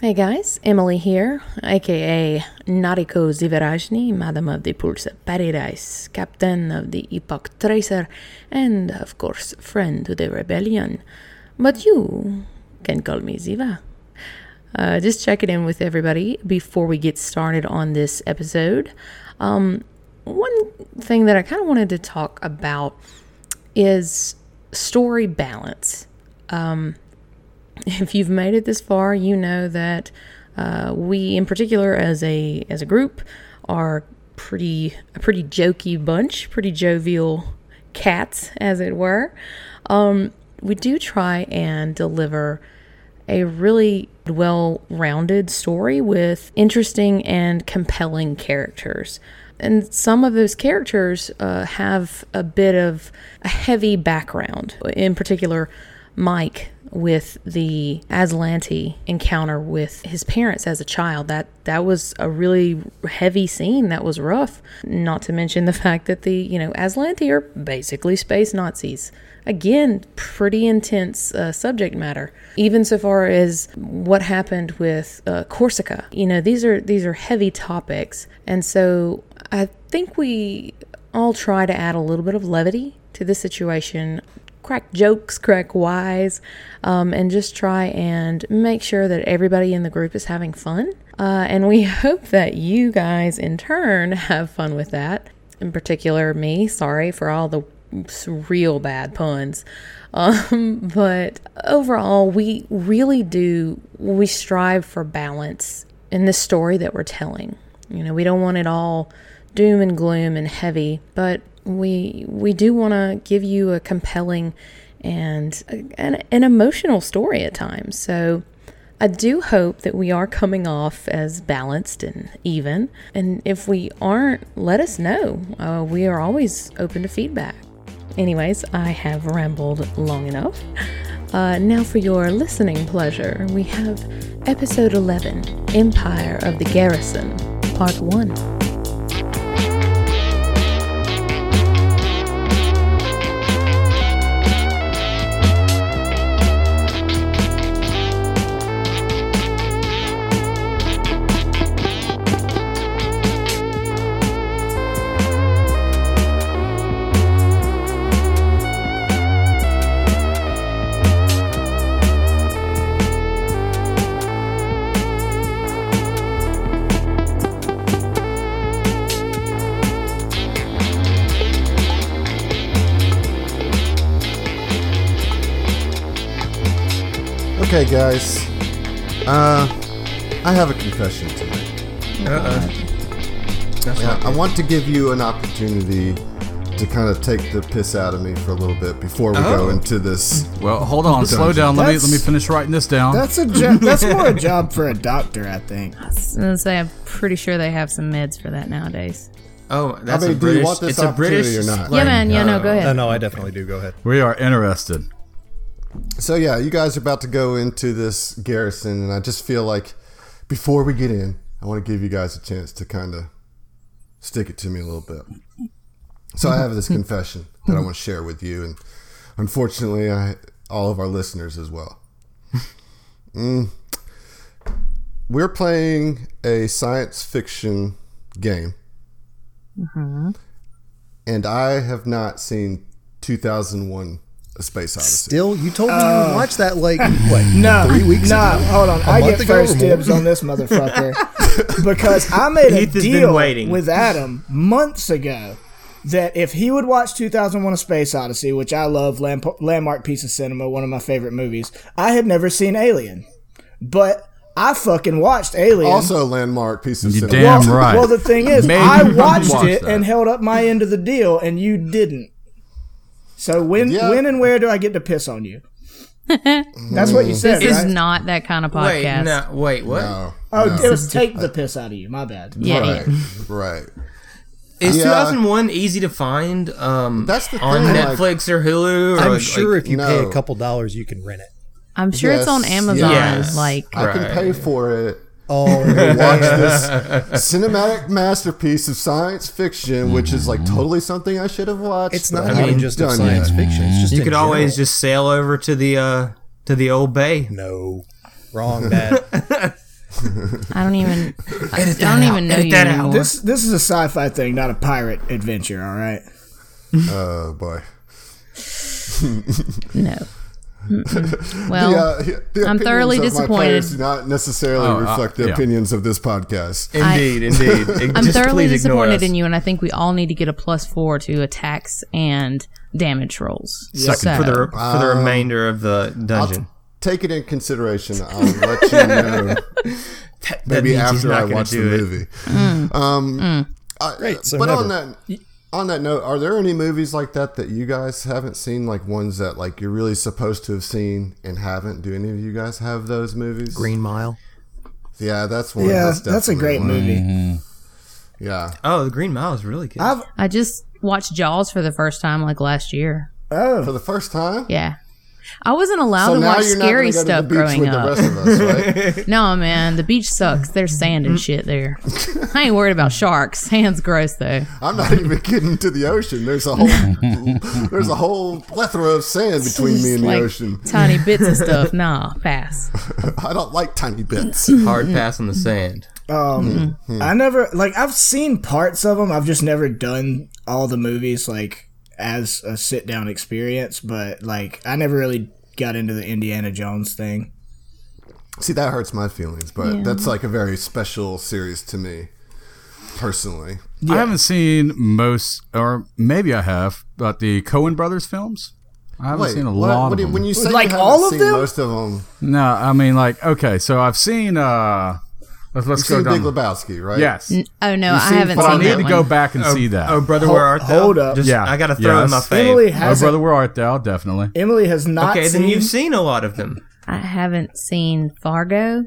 Hey guys, Emily here, aka Nariko Zivarajni, Madam of the Pulsa Paradise, Captain of the Epoch Tracer, and of course, friend to the Rebellion. But you can call me Ziva. Uh, just checking in with everybody before we get started on this episode. Um, one thing that I kind of wanted to talk about is story balance. Um, if you've made it this far, you know that uh, we, in particular, as a as a group, are pretty a pretty jokey bunch, pretty jovial cats, as it were. Um, we do try and deliver a really well-rounded story with interesting and compelling characters. And some of those characters uh, have a bit of a heavy background. In particular, Mike, with the Aslanti encounter with his parents as a child. That that was a really heavy scene. That was rough. Not to mention the fact that the you know Aslanti are basically space Nazis. Again, pretty intense uh, subject matter. Even so far as what happened with uh, Corsica. You know these are these are heavy topics, and so I think we all try to add a little bit of levity to this situation crack jokes, crack wise, um, and just try and make sure that everybody in the group is having fun. Uh, and we hope that you guys, in turn, have fun with that. In particular, me. Sorry for all the real bad puns. Um, but overall, we really do, we strive for balance in the story that we're telling. You know, we don't want it all doom and gloom and heavy, but we we do want to give you a compelling and an, an, emotional story at times. So I do hope that we are coming off as balanced and even. And if we aren't, let us know. Uh, we are always open to feedback. Anyways, I have rambled long enough. Uh, now, for your listening pleasure, we have episode 11 Empire of the Garrison, part 1. Okay, guys. Uh, I have a confession to make. Uh-uh. That's Yeah, not I good. want to give you an opportunity to kind of take the piss out of me for a little bit before Uh-huh. we Oh. go into this. Well, hold on, slow down. Let me let me That's- finish writing this down. That's a job. That's more a job for a doctor, I think. Since I am pretty sure they have some meds for that nowadays. Oh, that's mean, a do you British. want this it's a opportunity British or not? slang. yeah, man. Yeah, no, go Uh, ahead. Uh, no, I definitely do. Go ahead. We are interested. So yeah, you guys are about to go into this garrison, and I just feel like before we get in, I want to give you guys a chance to kind of stick it to me a little bit. So I have this confession that I want to share with you, and unfortunately, I all of our listeners as well. Mm. We're playing a science fiction game, and I have not seen 2001: A Space Odyssey. Still, you told me you would watch that like what? No, three weeks no, ago. hold on. A I month get ago or first more? dibs on this motherfucker because I made a Heath has been deal waiting. with Adam months ago that if he would watch 2001: A Space Odyssey, which I love, lamp- landmark piece of cinema, one of my favorite movies, I had never seen Alien, but I fucking watched Alien. Also, a landmark piece of You cinema. damn well, right. well, the thing is, Made I you watched watch it that. and held up my end of the deal, and you didn't. So when, Yeah. when, and where do I get to piss on you? That's what you said, Mm. This right? is not that kind of Wait, podcast. no, wait, what? Oh, oh, no. it was take the piss out of you. My bad. Yeah, right, yeah. right. Is Yeah. 2001 easy to find? Um, That's the on thing, like- Netflix or Hulu. Or I'm like- sure if you pay no. a couple dollars, you can rent it. I'm sure it's on um, Yes, Amazon. yes. Like, I can Right. pay for it. Oh, Watch this cinematic masterpiece of science fiction, which is like totally something I should have watched. it's but not I even haven't just of done science yet. fiction. It's just you in could general. always just sail over to the uh, to the old bay. no wrong that. I don't even. I Edit don't that out. even know Edit you that out. anymore. This this is a sci-fi thing, not a pirate adventure. All right. Oh boy. No. Mm-mm. Well, Yeah, he- the I'm opinions thoroughly of my disappointed. players do not necessarily Oh, uh, reflect the yeah. opinions of this podcast. Indeed, indeed. I'm thoroughly disappointed in you, and I think we all need to get a plus four to attacks and damage rolls. Second So- for the re- for the remainder of the dungeon. Take it in consideration. I'll let you know That maybe means he's after not I gonna watch the do it. Mm. movie. Um, I- Right, so but on never. that on that note, are there any movies like that that you guys haven't seen? Like ones that like you're really supposed to have seen and haven't? Do any of you guys have those movies? Green Mile. Yeah, that's one. Yeah, that's, a definitely great one. movie. Yeah, Oh, the Green Mile is really good. I've I just watched Jaws for the first time like last year. Oh. for the first time. Yeah. I wasn't allowed to now watch you're not scary gonna go to stuff the beach growing with up. The rest of us, right? No, man, the beach sucks. There's sand Mm-hmm. and shit there. I ain't worried about sharks. Sand's gross though. I'm not even getting to the ocean. There's a whole there's a whole plethora of sand between me Just and like the ocean. Tiny bits of stuff. Nah, pass. I don't like tiny bits. Hard pass on the sand. um Hmm. I never like I've seen parts of them. I've just never done all the movies like as a sit down experience. But like I never really got into the Indiana Jones thing. See, that hurts my feelings, but that's like a very special series to me personally. I haven't seen most, or maybe I have, but the Cohen Brothers films. I haven't seen a what- lot what do of you- them. when you say Like you haven't all of seen them? most of them, no, I mean like okay, so I've seen. uh Let's, let's you've go seen Big down. Lebowski, right? Yes, Oh no, I seen haven't but seen I Finding need that to one. go back and see that. Oh, brother, where art thou? hold up. Just, Yeah. I gotta throw in my Yes. fave. Emily oh has brother, where art thou? Definitely. Emily has not. okay, seen, then you've seen a lot of them. I haven't seen Fargo.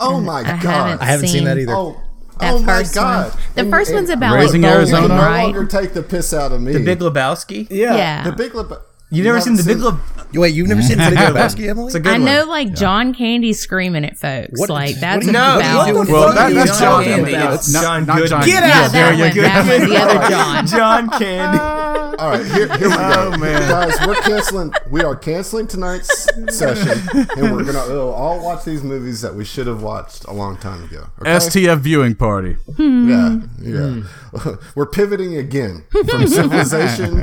Oh my I god. haven't I haven't seen that either. Oh, That oh my first god. one. The first one's about Raising like, bowling, You Arizona? can no right? longer take the piss out of me. The Big Lebowski. yeah. yeah. The Big Leb- You've never seen haven't the Big Lebowski? You- Wait, you've never seen Big Lebowski, Emily? It's a good I one. know, like John Candy screaming at folks. What- like what that's do you- No, about. what the Well, fuck that, is that's John John. Candy? Goodman. It's Not- John not Goodman. John Get Goodman. yeah, There that you one. go. That one. The other John. John Ah. Candy. All right, here, here we go, guys. We're canceling. We are canceling tonight's session, and we're gonna we'll all watch these movies that we should have watched a long time ago. Okay? STF viewing party. Yeah, yeah. we're pivoting again from civilization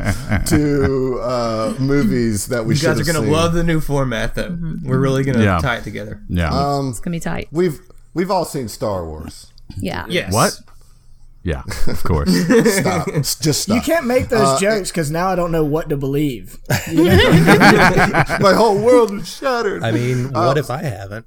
to uh, movies that we You should guys have are gonna seen. love the new format, though. Mm-hmm. We're really gonna Yeah. tie it together. Yeah. Um, It's gonna be tight. We've we've all seen Star Wars. Yeah. Yes. what? Yeah, of course. Stop. Just You stop. can't make those jokes because now I don't know what to believe. My whole world is shattered. I mean, what if I haven't?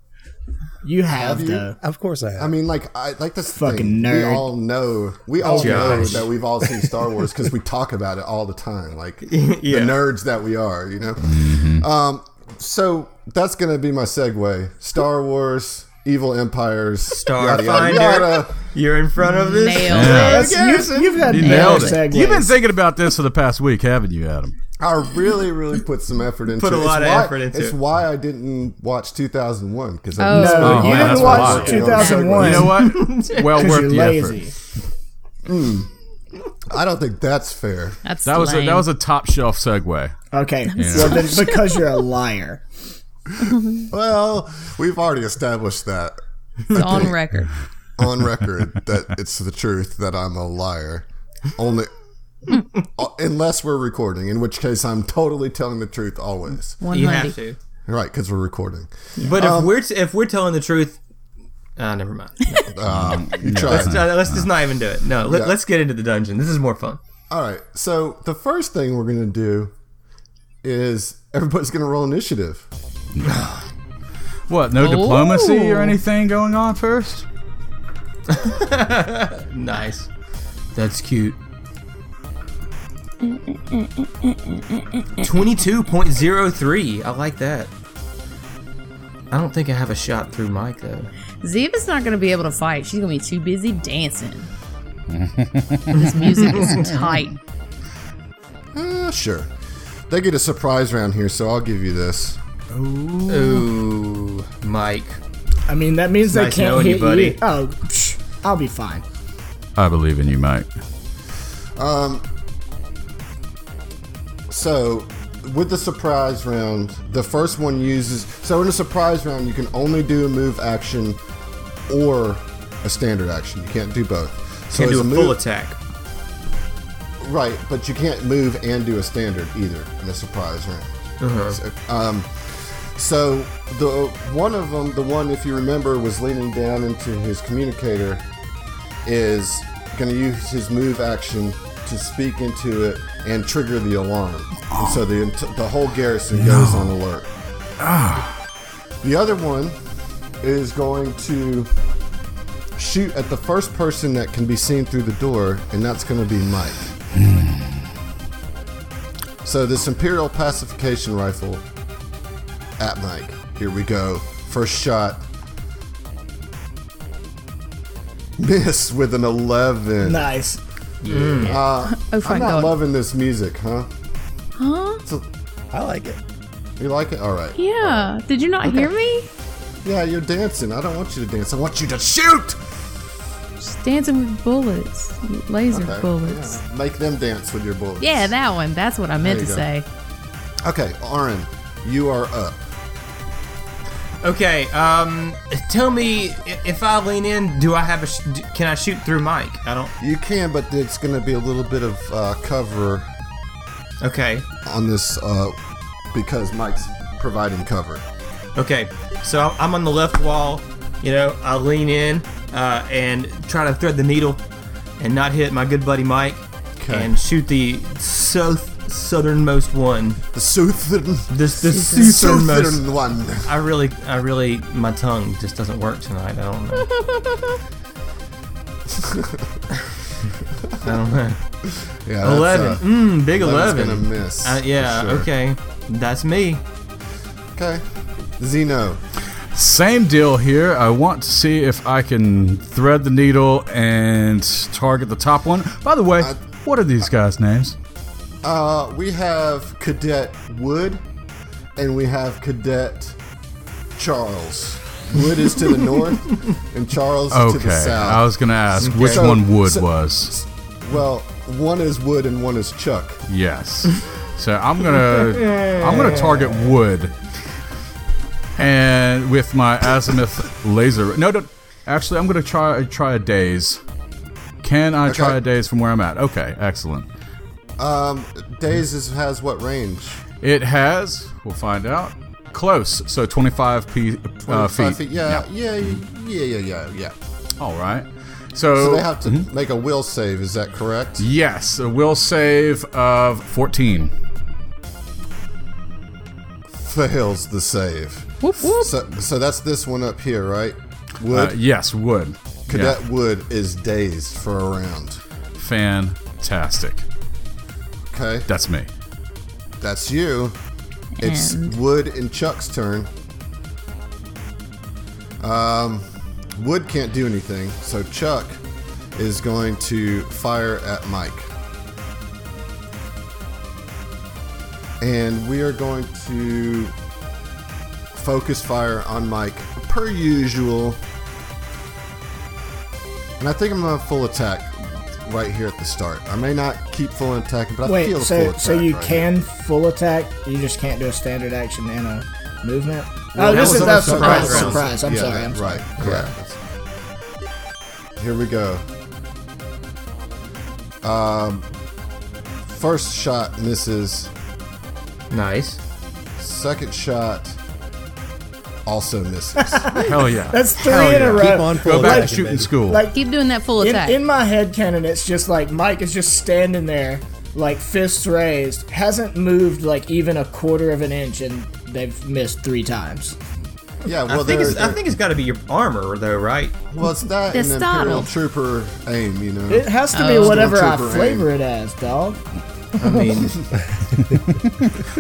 You have, you? though. Of course I have. I mean, like, I like this Fucking thing. We nerd. all know. We all know Josh. that we've all seen Star Wars because we talk about it all the time. Like Yeah. the nerds that we are, you know. Mm-hmm. Um, so that's gonna be my segue. Star Wars, Evil Empires, yada, yada, Starfinder. yada. You're in front of this. Nailed Yeah. it. You've, you've had You better nailed it. segues. You've been thinking about this for the past week, haven't you, Adam? I really, really put some effort into. Put a it. lot it's of why, effort into It's it. why I didn't watch 2001 because Oh. I No, Oh, man, you didn't that's watch why. 2001. You know what? Well Because worth you're the lazy. effort. I don't think that's fair. That's That was a, lame. that was a top shelf segue. Okay. Well, then because you're a liar. Well, we've already established that. It's on record. on record that it's the truth that I'm a liar. Only uh, unless we're recording, in which case I'm totally telling the truth always. One You have hundred. to. Right, because we're recording. But Um, if we're t- if we're telling the truth, uh, never mind. Um, you tried. Let's, uh, let's just not even do it. No, let, us get into the dungeon. This is more fun. All right. So the first thing we're gonna do is everybody's gonna roll initiative. What? No diplomacy or anything going on first? Nice. That's cute. 22.03. I like that. I don't think I have a shot through Mike, though. Ziva's not gonna be able to fight. She's gonna be too busy dancing. this music is tight. Uh, sure. They get a surprise round here, so I'll give you this. Ooh, Mike. I mean, that means they nice can't knowing you, hit buddy. Oh, psh, I'll be fine. I believe in you, Mike. Um, So, with the surprise round, the first one uses. So, in a surprise round, you can only do a move action or a standard action. You can't do both. So Can as do a move- full attack. Right, but you can't move and do a standard either in a surprise round. So, um, so the one of them, the one if you remember, was leaning down into his communicator, is going to use his move action to speak into it and trigger the alarm. And so the ent- the whole garrison goes on alert. The other one is going to shoot at the first person that can be seen through the door, and that's going to be Mike. so this Imperial pacification rifle at Mike. Here we go. First shot. Miss with an 11. Nice. Oh, I'm thank not God. loving this music, huh? huh? I like it. You like it? All right. Yeah. Did you not hear me? Yeah, you're dancing. I don't want you to dance. I want you to shoot. Just dancing with bullets, laser Okay. bullets. Yeah, Make them dance with your bullets. Yeah, that one. That's what I meant There to you say. go. Okay, Aaron, you are up. Okay, um, tell me i- if I lean in, do I have a? Sh- d- can I shoot through Mike? I don't. You can, but it's going to be a little bit of uh, cover Okay, on this uh, because Mike's providing cover. okay. So I'm- I'm on the left wall. You know, I lean in uh, and try to thread the needle and not hit my good buddy Mike Okay. and shoot the south southernmost one. The southern, This the southernmost. southern one. I really, I really, my tongue just doesn't work tonight. I don't know. I don't know. Yeah, that's, Eleven. uh, Mmm, big 11's eleven. uh, gonna miss, Uh, yeah. for sure. Okay. That's me. okay, Zeno. Same deal here. I want to see if I can thread the needle and target the top one. By the way, what are these guys' names? Uh, we have Cadet Wood, and we have Cadet Charles. Wood is to the north, and Charles is to Okay, the south. I was gonna ask Okay. which So- one Wood so- was. Well, one is Wood and one is Chuck. Yes. so I'm gonna I'm gonna target Wood, and with my azimuth laser. No, no. Actually, I'm gonna try try a daze. Can I try Okay. a daze from where I'm at? Okay, excellent. Um, Days is, has what range? It has. We'll find out. Close. So 25 p uh, 25 feet. Yeah, yeah, yeah, yeah, yeah, yeah. All right. So So, they have to make a will save. Is that correct? yes, a will save of 14. Fails the save. Whoop whoop. So, so that's this one up here, right? Uh, Wood. yes, would. Cadet Wood is dazed for a round. Yeah. Fantastic. Okay, That's me. that's you. It's And- Wood and Chuck's turn. Um, Wood can't do anything, so Chuck is going to fire at Mike. And we are going to focus fire on Mike per usual. And I think I'm going to full attack right here at the start. I may not keep full attacking, but I Wait, feel a full so attack. so you right can full attack, you just can't do a standard action and a movement. oh, that this was is on that the was surprise, surprise round. surprise. I'm Yeah, sorry. I'm sorry. right. Correct. Here we go. Um, first shot misses. Nice. Second shot also misses. Hell yeah. That's three Hell in yeah. a row. Keep on full Go back to attacking, shooting baby. school. Like Keep doing that full in, attack. in my head canon, it's just like Mike is just standing there, like fists raised, hasn't moved like even a quarter of an inch, and they've missed three times. yeah. Well, I think there- it's, I think it's got to be your armor though, right? well, it's that The and Imperial startle. Trooper aim. You know. It has to be whatever I Stormtrooper flavor it as, dog. eh? I mean,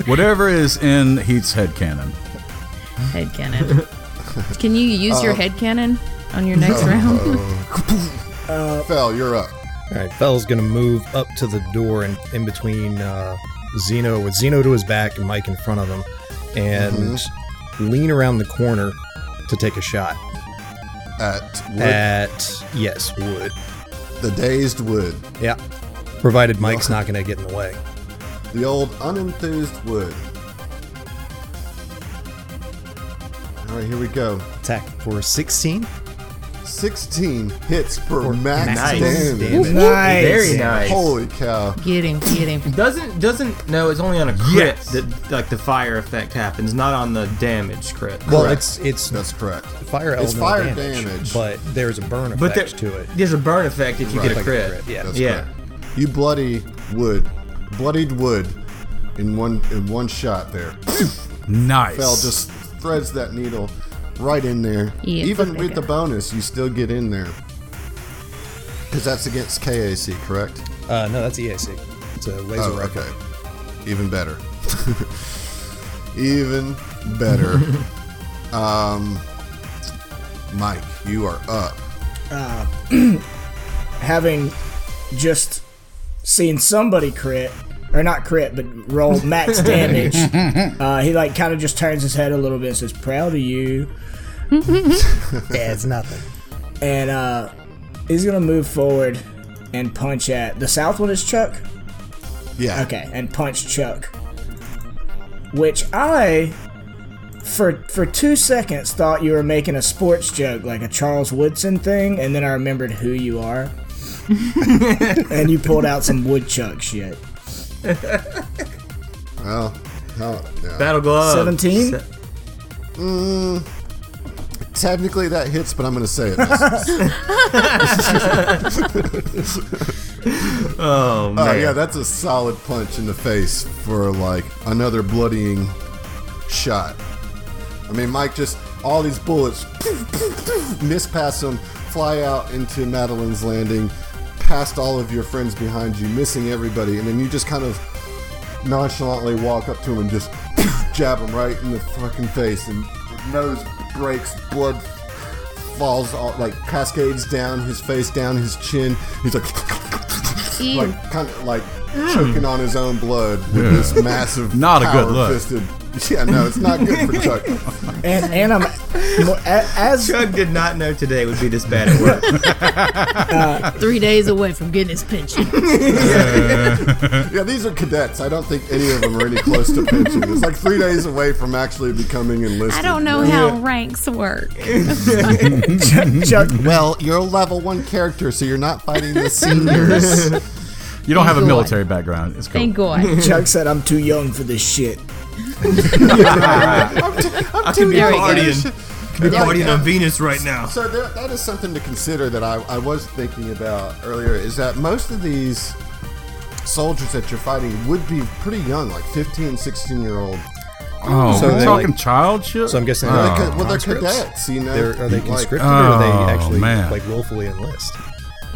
Whatever is in Heat's head cannon. head cannon. Can you use your head cannon on your next round? Fell, you're up. All right, Fell's gonna move up to the door and in between uh, Zeno, with Zeno to his back and Mike in front of him, and lean around the corner to take a shot At wood, Uh, at yes Wood. the dazed wood, Yeah, provided Mike's not gonna get in the way. the old unenthused wood. All right, here we go. Attack for 16. 16 hits for, max, max damage. damage. Nice. Very nice. Holy cow. Get him, get him. Doesn't doesn't no. It's only on a crit Yes. that like the fire effect happens, not on the damage crit. Well, Correct. it's it's That's correct. fire It's elemental fire damage, damage. but there's a burn but effect there, to it. there's a burn effect if you Right. get a Like a crit. crit, yeah. yeah. That's You bloody wood. Bloodied wood in one in one shot there. Nice. Fell just threads that needle right in there. Yeah, Even okay, with the yeah. bonus, you still get in there. Because that's against KAC, correct? Uh, no, that's EAC. It's a laser Oh, rifle. okay. Even better. Even better. um, Mike, you are up. having just seen somebody crit or not crit but roll max damage uh, he like kind of just turns his head a little bit and says proud of you Yeah, it's nothing. and uh, he's gonna move forward and punch at the south one is chuck Yeah. okay and punch chuck which i for for two seconds thought you were making a sports joke like a charles woodson thing and then i remembered who you are and you pulled out some woodchuck shit Well, oh, yeah. Battle glove. 17? Se- Technically, that hits, but I'm going to say it. misses. Oh man. oh, yeah, that's a solid punch in the face for like another bloodying shot. I mean, Mike just all these bullets miss past him, fly out into Madeline's landing, past all of your friends behind you, missing everybody, and then you just kind of nonchalantly walk up to him and just jab him right in the fucking face, and nose breaks, blood falls all, like cascades down his face, down his chin. He's like. Like kind of like choking on his own blood with this massive, Not a good look. power-fisted- Yeah, no, it's not good for Chuck. and and I'm mo- a- as Doug did not know today would be this bad at work. Three days away from getting his pension. Yeah, these are cadets. I don't think any of them are any close to pension. It's like three days away from actually becoming enlisted. I don't know how ranks work. Chuck Well, you're a level one character, so you're not fighting the seniors. you don't have a Thank God. military background. It's cool. Thank God. Chuck said, I'm too young for this shit. I can be There we go. partying. Could be Yeah, partying yeah. on Venus right now. so uh, there, that is something to consider that I, I was thinking about earlier. Is that most of these soldiers that you're fighting would be pretty young, like 15, 16 year old. Oh, So we're they, talking like- child shit? So I'm guessing Oh. they're They're ca- well, they're conscripts. cadets, you know. They're, are they like- conscripted or Oh, are they actually man. like willfully enlist?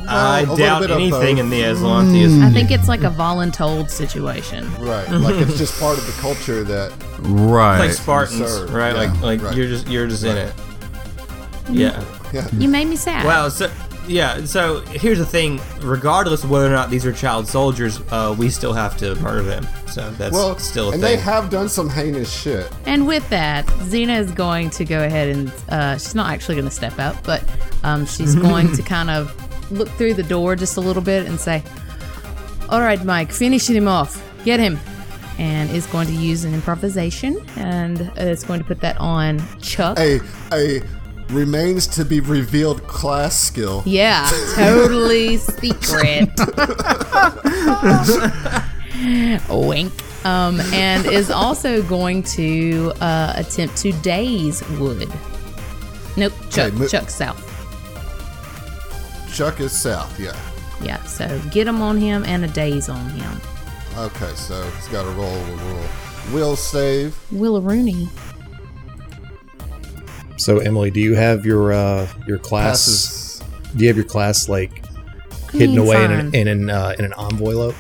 I a little doubt bit of anything both. in the Aslantheus. Mm. I think it's like a voluntold situation. Right, like Mm-hmm. it's just part of the culture that Right. like Spartans, Serve, right? yeah, like, like right. you're just you're just in it. Yeah. You made me sad. Wow. So, yeah. So here's the thing: regardless of whether or not these are child soldiers, uh, we still have to murder them. So that's well, still a and thing. they have done some heinous shit. And with that, Xena is going to go ahead and uh, she's not actually going to step out, but um, she's going to kind of look through the door just a little bit and say, All right, Mike, finish him off. Get him. And is going to use an improvisation and is going to put that on Chuck. a a remains to be revealed class skill. Yeah, totally secret. Wink. Um, and is also going to uh, attempt to daze Wood. Nope, Chuck, mo- Chuck South. Chuck is south, yeah. Yeah, so get him on him and a daze on him. Okay, so he's got to roll a roll. Will save. Willa Rooney. So Emily, do you have your uh, your class? Passes. Do you have your class like hidden mean, away in fine. an Oh in an, uh, in an envelope?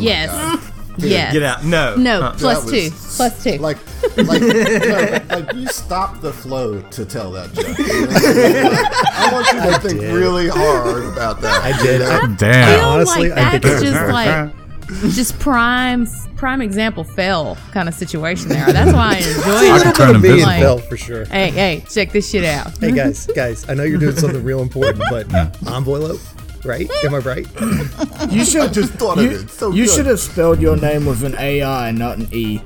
yes. yes. Get out. No. No, Uh, plus That two. was Plus two. Like, like, no, like you stop the flow to tell that joke. You know what I mean? Like, I want you to think did. really hard about that. I did. I, I Damn. feel honestly, like I think that's it's- just like Just prime prime example fail kind of situation there. That's why I enjoy I it. could turn him me and business. Like- Bell for sure. Hey, hey, check this shit out. Hey guys, guys, I know you're doing something real important, but envelope, right? Am I right? you I should just thought of you, it. It's So you good. should have spelled your name with an AI and not an E.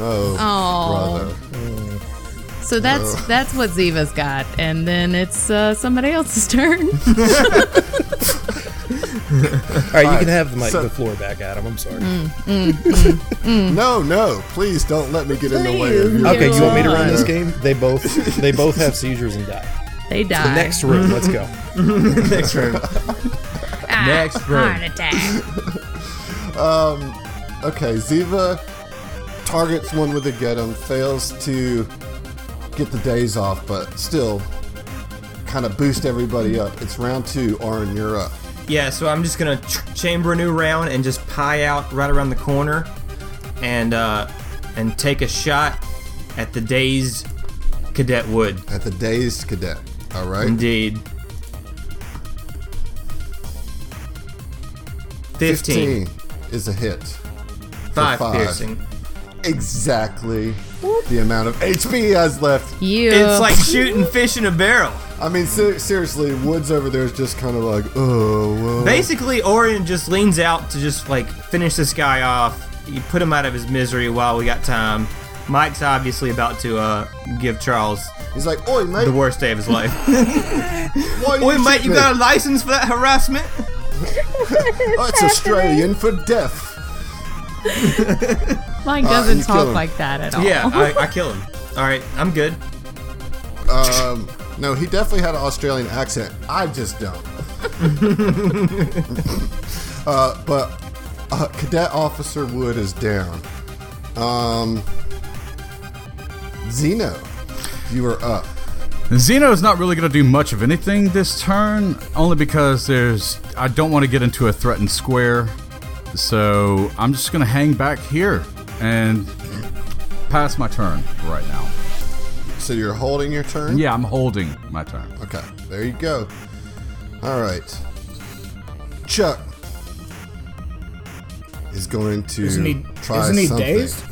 Oh, Oh. brother. So that's that's what Ziva's got, and then it's uh, somebody else's turn. All right, you can have the, mic, so- Mm. the floor back, Adam. I'm sorry. No, no, please don't let me get in the way of Please. you. Okay, you want me to run this Yeah. game? They both they both have seizures and die. they die. Next room, let's go. Next room. Ah, Next room. Heart attack. Okay, Ziva targets one with a get him, fails to get the days off, but still kind of boost everybody up. It's round two, Arn, you're up. Yeah, so I'm just gonna ch- chamber a new round and just pie out right around the corner, and uh, and take a shot at the dazed cadet Wood. At the dazed cadet. All right. Indeed. 15. 15 is a hit. Five, five. piercing. Exactly the amount of HP has left. You. It's like shooting fish in a barrel. I mean, ser- seriously, Woods over there is just kind of like, oh, well. Basically, Orion just leans out to just like finish this guy off. You put him out of his misery while we got time. Mike's obviously about to uh, give Charles He's like, oi, mate, the worst day of his life. why you Oi, mate, shooting you me? got a license for that harassment? That's Oh, Australian for death. Mike you doesn't kill talk him. like that at all. uh, Yeah, I, I kill him. All right, I'm good. Um, no, he definitely had an Australian accent. I just don't. uh, but uh, Cadet Officer Wood is down. Um, Zeno, you are up. Xeno is not really going to do much of anything this turn, only because there's. I don't want to get into a threatened square, so I'm just going to hang back here and pass my turn right now. So you're holding your turn? Yeah, I'm holding my turn. Okay, there you go. All right. Chuck is going to Isn't he, try isn't he something. dazed?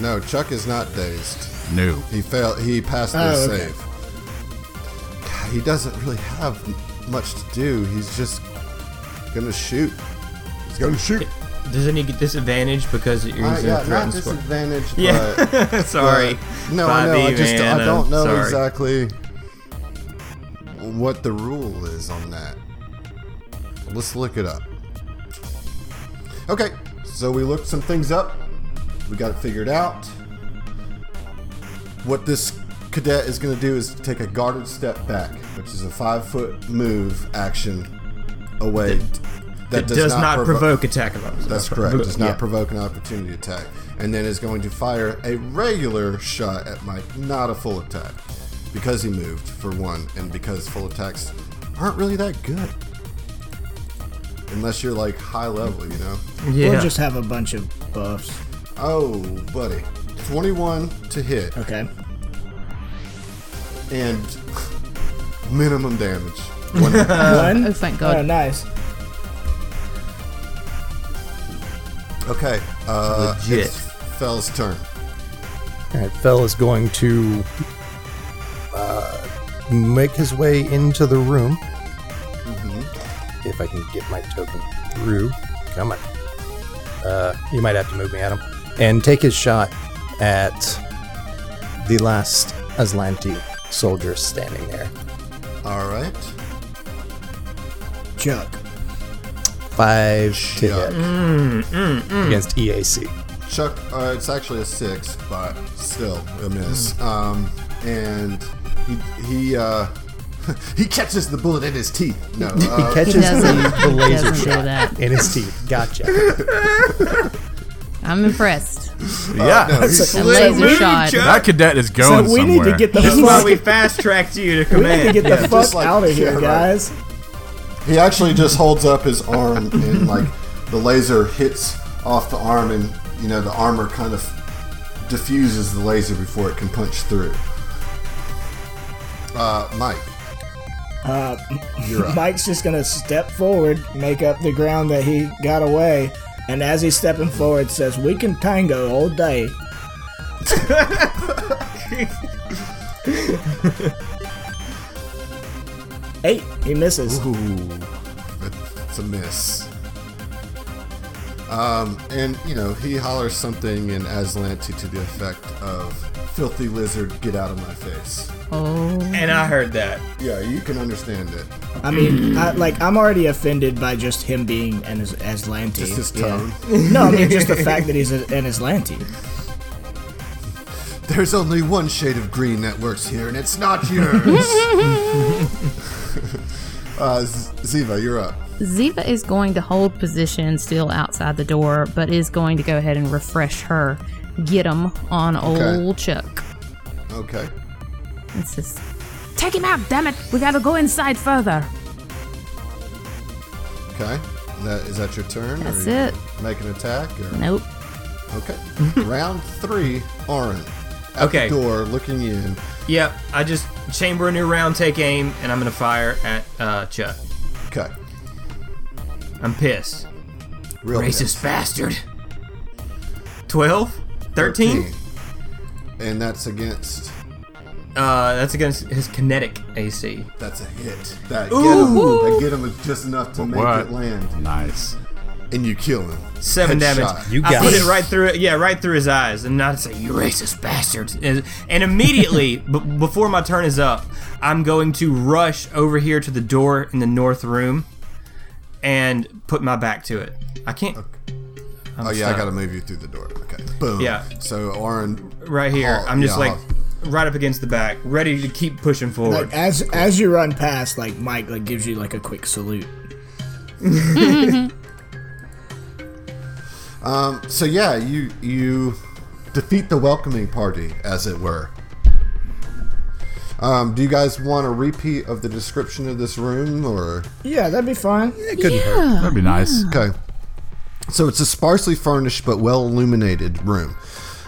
No, Chuck is not dazed. No. He failed. He passed the Oh, okay. save. God, he doesn't really have m- much to do. He's just gonna shoot. He's gonna shoot. Does any get disadvantage because you're I using got Uh, a not threatened square? disadvantaged, Yeah. but sorry. but- no, I know. I 5e, just man, I don't I'm know sorry. exactly what the rule is on that. Let's look it up. Okay, so we looked some things up. We got it figured out. What this cadet is going to do is take a guarded step back, which is a five foot move action away. It does, not, provoke attack of opportunity. That's correct. Does not Yeah. provoke an opportunity attack, and then is going to fire a regular shot at Mike, not a full attack, because he moved for one, and because full attacks aren't really that good, unless you're like high level, you know. Yeah. We'll just have a bunch of buffs. Oh, buddy, twenty-one to hit Okay. and minimum damage. One hit. One. Oh, thank Oh, Uh, God. nice. okay, uh, Legit. it's Fell's turn. All right, Fell is going to uh, make his way into the room. Mm-hmm. If I can get my token through. Come on. Uh, you might have to move me, Adam. And take his shot at the last Aslanti soldier standing there. All right. Chuck. Five to Yuck. hit against E EAC. Chuck, uh, it's actually a six, but still a miss. Um, and he he, uh, he catches the bullet in his teeth. No, uh, Catches He doesn't, the, the he laser doesn't do shot that. in his teeth. Gotcha. I'm impressed. Oh, yeah. That laser Move, shot. Chuck. that cadet is So going we somewhere. need to get the That's why fuck. we fast tracked you to We need to command. get the fuck just like- out of yeah, here, right. guys. he actually just holds up his arm and like the laser hits off the arm, and you know the armor kind of diffuses the laser before it can punch through. Uh, Mike, Uh, you're up. Mike's just gonna step forward, make up the ground that he got away, and as he's stepping forward, says, "We can tango all day." Eight. He misses. Ooh, that's a miss. Um, and you know he hollers something in Aslanti to the effect of filthy lizard, get out of my face. Oh, And I heard that. Yeah, you can understand it. I mean, I, like I'm already offended by just him being an As- Aslanti. Just his you know? tone. No, I mean just the fact that he's a, an Aslanti. There's only one shade of green that works here, and it's not yours. uh, Z- Ziva, you're up. Ziva is going to hold position still outside the door, but is going to go ahead and refresh her. Get him on Okay. old Chuck. Okay. This is Take him out, damn it! We gotta go inside further. Okay. That is that your turn? That's or you it. Make an attack. Or? nope. Okay. Round three. Orin. At Okay. The door looking in. Yep, I just chamber a new round, take aim, and I'm gonna fire at uh, Chuck. Okay. I'm pissed. Real Racist bastard. 12? 13? And that's against. Uh, that's against his kinetic AC. That's a hit. That get him. That get him is just enough to make What? it land. Nice. And you kill him. Seven Headshot. damage. You I got put it. it right through, yeah, right through his eyes, and not say, "You racist bastard!" And and immediately, b- before my turn is up, I'm going to rush over here to the door in the north room, and put my back to it. I can't. oh yeah, stunned. I gotta move you through the door. Okay. Boom. Yeah. So Orin. Right here, Oh, I'm just yeah, like right up against the back, ready to keep pushing forward. Like eh. as as you run past, like Mike like gives you like a quick salute. Um, So yeah, you you defeat the welcoming party, as it were. Um, do you guys want a repeat of the description of this room, or Yeah, that'd be fine. It couldn't hurt. That'd be nice. Okay. So it's a sparsely furnished but well illuminated room.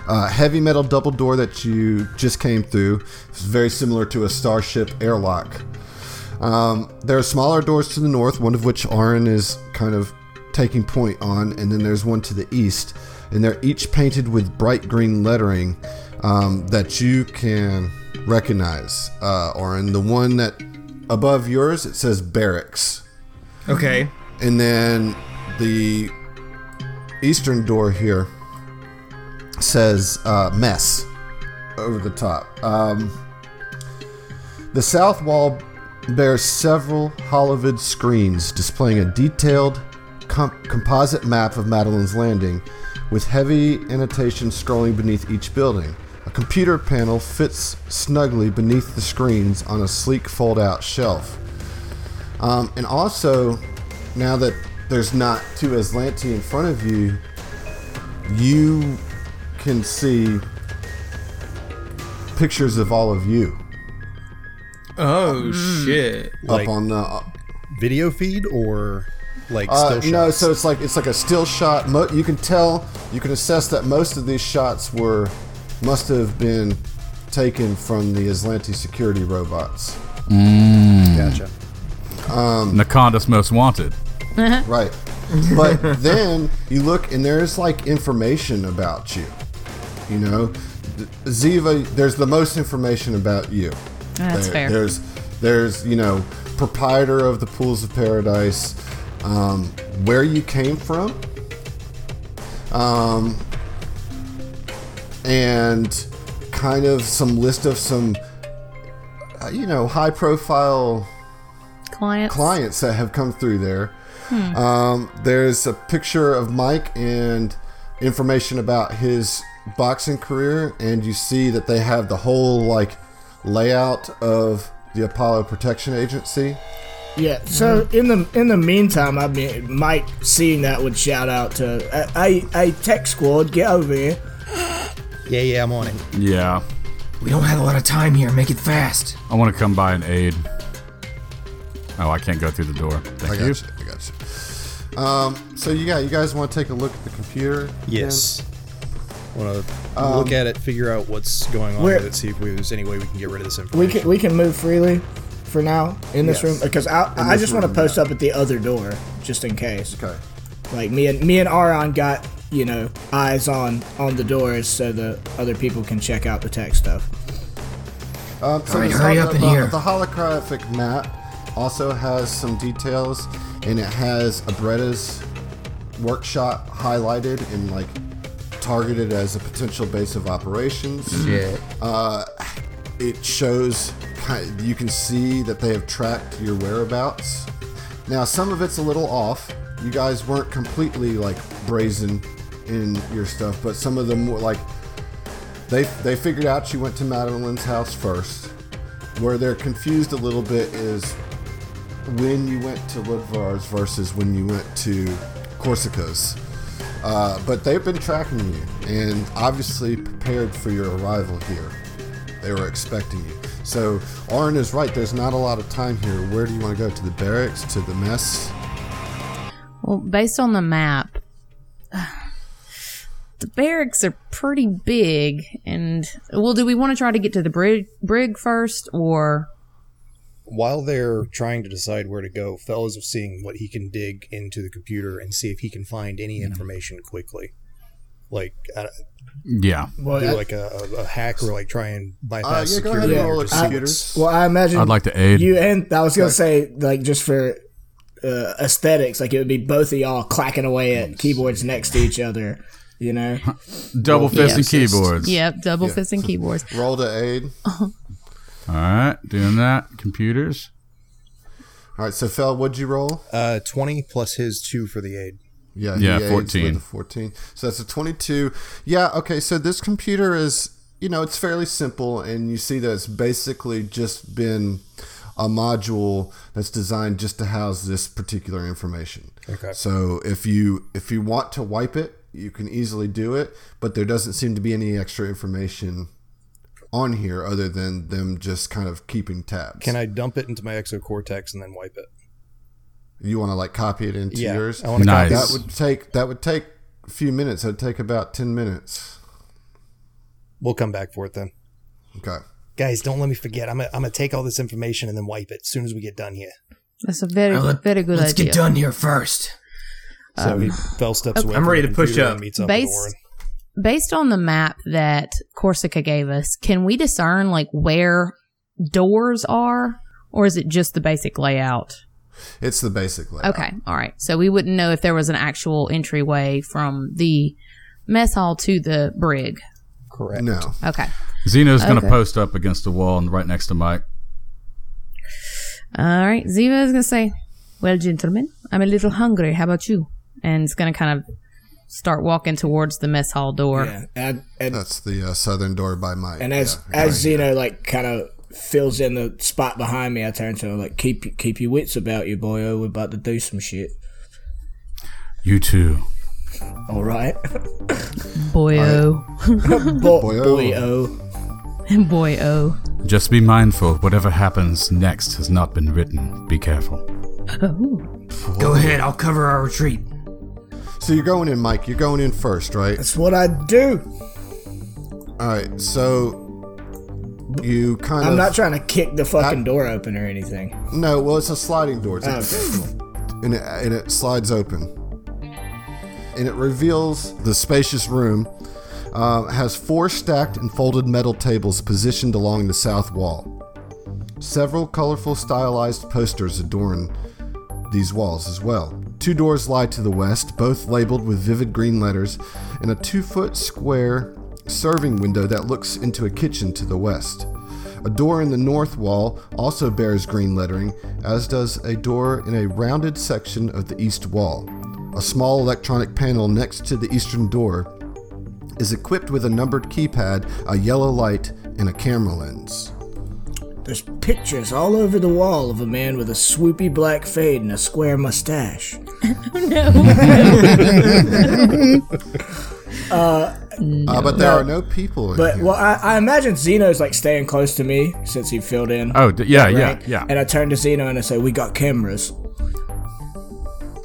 Uh, heavy metal double door that you just came through. It's very similar to a starship airlock. Um, there are smaller doors to the north, one of which Arin is kind of taking point on, and then there's one to the east, and they're each painted with bright green lettering um, that you can recognize. Uh, Arin, the one that above yours it says barracks, okay, and then the eastern door here says uh, mess over the top. Um, the south wall bears several holovid screens displaying a detailed com- composite map of Madeline's Landing with heavy annotations scrolling beneath each building. A computer panel fits snugly beneath the screens on a sleek fold out shelf. Um, and also, now that there's not two Aslanti in front of you, you can see pictures of all of you Oh shit! Like up on the. Uh, video feed or like uh, still shots? no, so it's like it's like a still shot. Mo- you can tell, you can assess that most of these shots were must have been taken from the Aslanti security robots. gotcha. Hmm. Nakonda's most wanted. Uh-huh. Right. But then you look and there's like information about you. You know, Ziva, there's the most information about you. Ah, That's fair. There's, there's, you know, proprietor of the pools of paradise, um, where you came from, um, and kind of some list of some, uh, you know, high profile Clients. clients that have come through there. Um, there's a picture of Mike and information about his boxing career, and you see that they have the whole like layout of the Apollo Protection Agency. Yeah. So in the in the meantime, I mean, Mike seeing that would shout out to I I, I tech squad, get over here. Yeah, yeah, I'm on it. Yeah. We don't have a lot of time here. Make it fast. I want to come by and aid. Oh, I can't go through the door. Thank I you. got you. I got you. Um, so you got you guys want to take a look at the computer? Yes. Want to Um, look at it, figure out what's going on Where- with it, see if we, there's any way we can get rid of this We information. can we can move freely for now in this Yes. room because I I this just want to room, post up at the other door just in case. Okay. Like me and me and Aron got you know eyes on on the doors so the other people can check out the tech stuff. Um, so All right, it's hurry on up the, in the- here. The holographic map also has some details, and it has Abretta's workshop highlighted in like targeted as a potential base of operations. Uh, Shit. It shows ki- you can see that they have tracked your whereabouts. Now, some of it's a little off. You guys weren't completely like brazen in your stuff, but some of them were like they they figured out she went to Madeline's house first. Where they're confused a little bit is when you went to Ludvar's versus when you went to Corsica's. Uh, but they've been tracking you and obviously prepared for your arrival here. They were expecting you. So Arn is right. There's not a lot of time here. Where do you want to go? To the barracks? To the mess? Well, based on the map, the barracks are pretty big. And, well, do we want to try to get to the brig, brig first or. While they're trying to decide where to go, Fellows is seeing what he can dig into the computer and see if he can find any information quickly. Like, I don't- Yeah. Well, do I- like a, a- a hack or like try and Uh, bypass yeah, go ahead security. and roll or a just see computer. what's- well, I imagine I'd like to aid. you and I was gonna say like just for uh, aesthetics, like it would be both of y'all clacking away at keyboards next to each other. You know, Double fist and fist. keyboards. Yep, double fists and keyboards. Roll to aid. All right. Doing that. Computers. All right. So Fel, what'd you roll? Uh, 20 plus his 2 for the aid. Yeah, Yeah, he aids 14. With a 14. So that's a 22. Yeah, okay, so this computer is, you know, it's fairly simple, and you see that it's basically just been a module that's designed just to house this particular information. Okay. So if you if you want to wipe it, you can easily do it, but there doesn't seem to be any extra information on here other than them just kind of keeping tabs. Can I dump it into my exocortex and then wipe it? you want to like copy it into Yeah. yours? I want to Nice. copy That would take that would take a few minutes. It'd take about ten minutes. We'll come back for it then. Okay. Guys, don't let me forget. I'm going I'm to take all this information and then wipe it as soon as we get done here. That's a very, Now let- very good let's idea. get done here first. So he fell steps away. I'm from ready the to push computer up. and Meets up Um, Base- with Warren. Based on the map that Corsica gave us, can we discern like where doors are, or is it just the basic layout? It's the basic layout. Okay, all right. So we wouldn't know if there was an actual entryway from the mess hall to the brig. Correct. No. Okay. Zeno's going to Okay. post up against the wall and right next to Mike. All right. Ziva is going to say, Well, gentlemen, I'm a little hungry. How about you? And it's going to kind of start walking towards the mess hall door. yeah. and, and That's the uh, southern door by Mike. And as as Zeno like kind of fills in the spot behind me, I turn to him like, "Keep keep your wits about you, boyo. We're about to do some shit." You too. All right, Boyo. Bo- Boyo. boyo. oh. Boyo. Just be mindful. Whatever happens next has not been written. Be careful. Oh, Go ahead, I'll cover our retreat. so you're going in, Mike. You're going in first, right? That's what I do. All right. So you kind I'm of not trying to kick the fucking door open or anything. Oh, no. Well, it's a sliding door. It's a- Okay. and it, and it slides open. And it reveals the spacious room uh, has four stacked and folded metal tables positioned along the south wall. Several colorful stylized posters adorn these walls as well. Two doors lie to the west, both labeled with vivid green letters, and a two foot square serving window that looks into a kitchen to the west. A door in the north wall also bears green lettering, as does a door in a rounded section of the east wall. A small electronic panel next to the eastern door is equipped with a numbered keypad, a yellow light, and a camera lens. There's pictures all over the wall of a man with a swoopy black fade and a square mustache. Uh, but there are no people in But here. well, I, I imagine Zeno's like staying close to me since he filled in. Oh, d- yeah, yeah, right? yeah. And I turn to Zeno and I say, "We got cameras."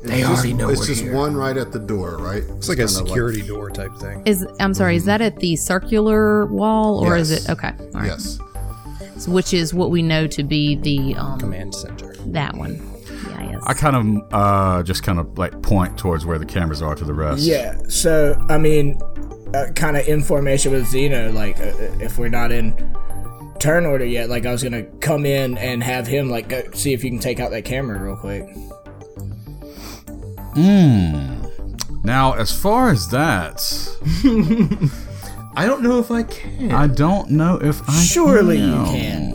They already know it's we're just here. one right at the door, right? It's like a security door type thing. Is I'm sorry, is that at the circular wall or is Yes. it okay. All right. Yes. So which is what we know to be the um Command center. that one. Yeah, yes. I kind of uh, just kind of like point towards where the cameras are to the rest. Yeah. So I mean, uh, kind of in formation with Zeno. Like, uh, if we're not in turn order yet, like I was gonna come in and have him like go see if you can take out that camera real quick. Now, as far as that, I don't know if I can. I don't know if I Surely can. you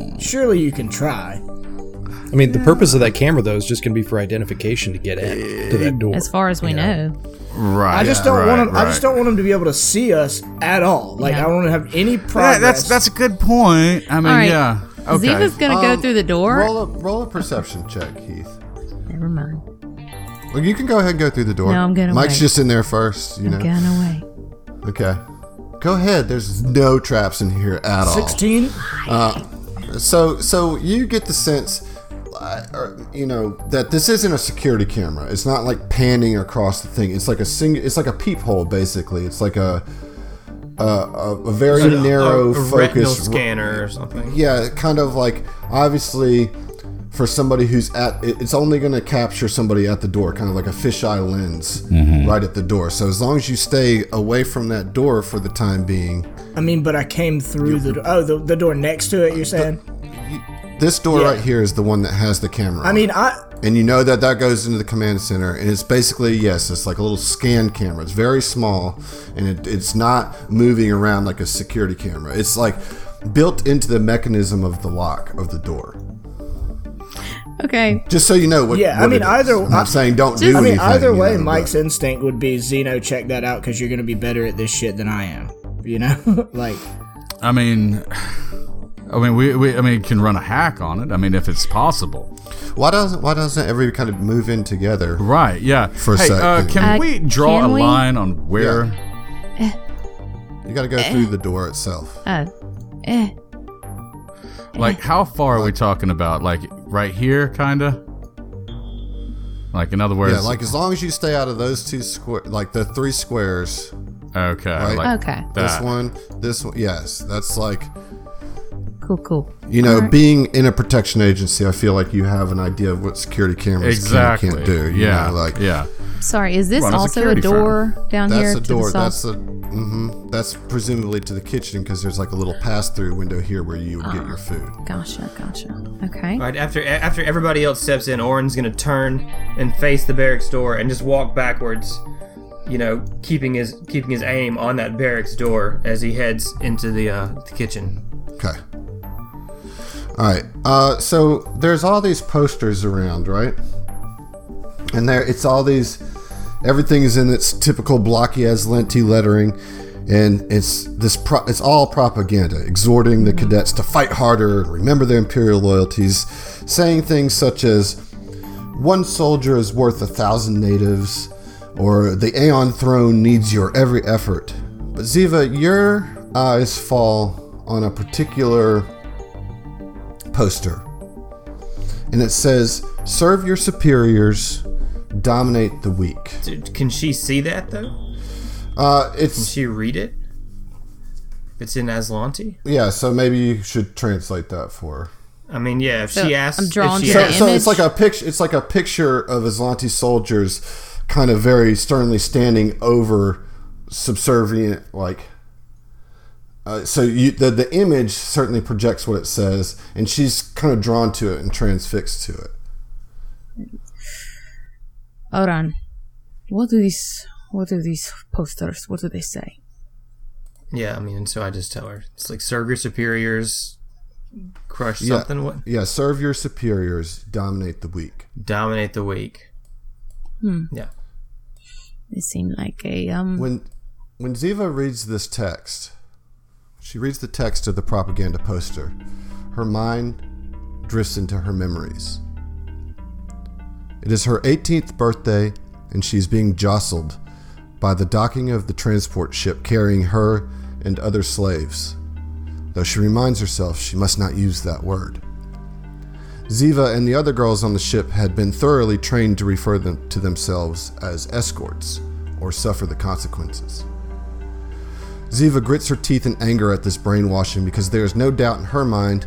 can. Surely you can try. I mean, the purpose of that camera though is just going to be for identification to get in to that door. As far as we know, Right. I just don't right, want him. I just right. don't want him to be able to see us at all. Like I Yeah. don't want to have any Yeah, progress. that's that's a good point. I mean, All right. yeah. Okay. Ziva's gonna go Um, through the door. Roll a roll a perception check, Heath. Never mind. Well, you can go ahead and go through the door. No, I'm gonna Mike's wait. just in there first. You know. I'm going away. Okay. Go ahead. There's no traps in here at all. sixteen. So, so you get the sense, uh, or, you know, that this isn't a security camera. It's not like panning across the thing. It's like a sing. It's like a peephole, basically. It's like a a, a, a very A- narrow a, a retinal focus. scanner or something. Yeah, kind of like obviously for somebody who's at. it- It's only going to capture somebody at the door, kind of like a fisheye lens Mm-hmm. right at the door. So as long as you stay away from that door for the time being, I mean, but I came through the do- oh the, the door next to it. You're saying? this door Yeah. right here is the one that has the camera. I on it. mean, I and you know that that goes into the command center and it's basically yes it's like a little scan camera it's very small and it, it's not moving around like a security camera it's like built into the mechanism of the lock of the door Okay. just so you know what Yeah, I what mean, it is. either- i'm not I- saying don't do Just- I mean anything either you way, know, Mike's but- instinct would be Zeno. Check that out because you're gonna be better at this shit than I am. You know, like I mean, I mean, we, we I mean, can run a hack on it. I mean, if it's possible. why doesn't why doesn't every kind of move in together Right. Yeah. For a hey, sec, uh, yeah. can Uh, we draw can a we? line on where? you got to go through the door itself Uh, Like, how far are we talking about? Like, right here, kinda. Like, in other words, yeah like as long as you stay out of those two square like the three squares okay, Right. like okay. this that. one this one yes that's like Cool, cool. You know, being in a protection agency, I feel like you have an idea of what security cameras Exactly. can and can't do. You yeah. know, like yeah. Sorry, is this Run a also a security door down that's here a to the door. south? That's a hmm that's presumably to the kitchen because there's like a little pass-through window here where you would get your food. Gotcha, gotcha. Okay. All right after after everybody else steps in, Oren's gonna turn and face the barracks door and just walk backwards. You know, keeping his keeping his aim on that barracks door as he heads into the uh, the kitchen. Okay. All right. Uh, so there's all these posters around, right? And there, it's all these. Everything is in its typical blocky as lenti lettering, and it's this. Pro, it's all propaganda, exhorting the cadets to fight harder, remember their imperial loyalties, saying things such as, "One soldier is worth a thousand natives," or "The Aeon Throne needs your every effort." But Ziva, your eyes fall on a particular poster. And it says, Serve your superiors, dominate the weak. Dude, can she see that though? Uh, Can it's, she read it? It's in Aslanti. yeah, so maybe you should translate that for her. I mean, yeah. If So, she asks, I'm drawn if to she So, the asks- so it's image? like a picture. It's like a picture of Aslanti soldiers, kind of very sternly standing over subservient. Like, uh, so you, the the image certainly projects what it says, and she's kind of drawn to it and transfixed to it. Hold on. What do these what do these posters what do they say? yeah. I mean, and so I just tell her it's like serve your superiors, crush Yeah. something, what Yeah, serve your superiors, dominate the weak. dominate the weak. Hmm. Yeah. They seem like a um. When when Ziva reads this text, she reads the text of the propaganda poster. Her mind drifts into her memories. It is her 18th birthday, and she's being jostled by the docking of the transport ship carrying her and other slaves. Though she reminds herself she must not use that word. Ziva and the other girls on the ship had been thoroughly trained to refer them to themselves as escorts or suffer the consequences. Ziva grits her teeth in anger at this brainwashing because there is no doubt in her mind,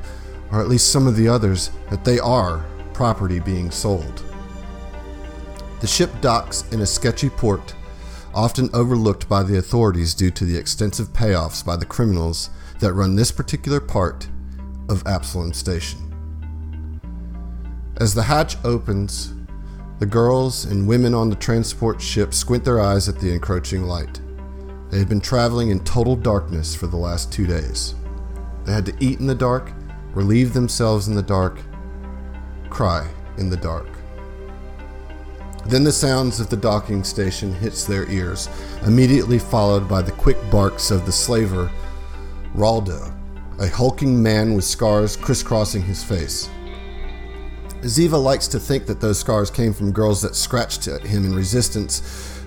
or at least some of the others, that they are property being sold. The ship docks in a sketchy port, often overlooked by the authorities due to the extensive payoffs by the criminals that run this particular part of Absalom Station. As the hatch opens, The girls and women on the transport ship squint their eyes at the encroaching light. They had been traveling in total darkness for the last two days. They had to eat in the dark, relieve themselves in the dark, cry in the dark. Then the sounds of the docking station hits their ears, immediately followed by the quick barks of the slaver, Raldo, a hulking man with scars crisscrossing his face. Ziva likes to think that those scars came from girls that scratched at him in resistance,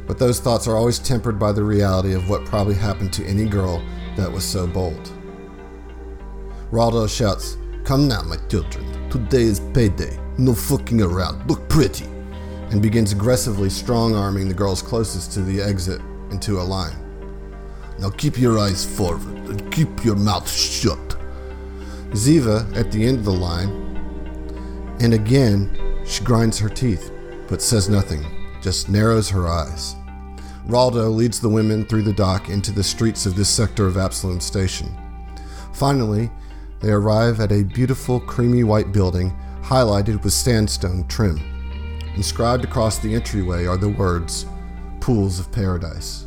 but those thoughts are always tempered by the reality of what probably happened to any girl that was so bold. Raldo shouts, Come now, my children. Today is payday. No fucking around. Look pretty. And begins aggressively strong arming the girls closest to the exit into a line. Now keep your eyes forward and keep your mouth shut. Ziva, at the end of the line, and again she grinds her teeth, but says nothing, just narrows her eyes. Raldo leads the women through the dock into the streets of this sector of Absalom Station. Finally, they arrive at a beautiful, creamy white building highlighted with sandstone trim. Inscribed across the entryway are the words, Pools of Paradise.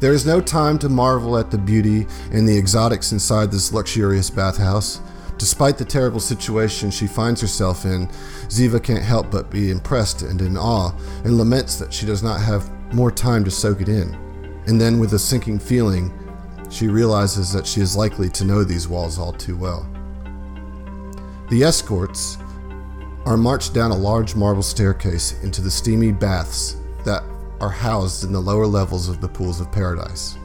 There is no time to marvel at the beauty and the exotics inside this luxurious bathhouse. Despite the terrible situation she finds herself in, Ziva can't help but be impressed and in awe, and laments that she does not have more time to soak it in. And then, with a sinking feeling, she realizes that she is likely to know these walls all too well. The escorts are marched down a large marble staircase into the steamy baths that are housed in the lower levels of the pools of paradise.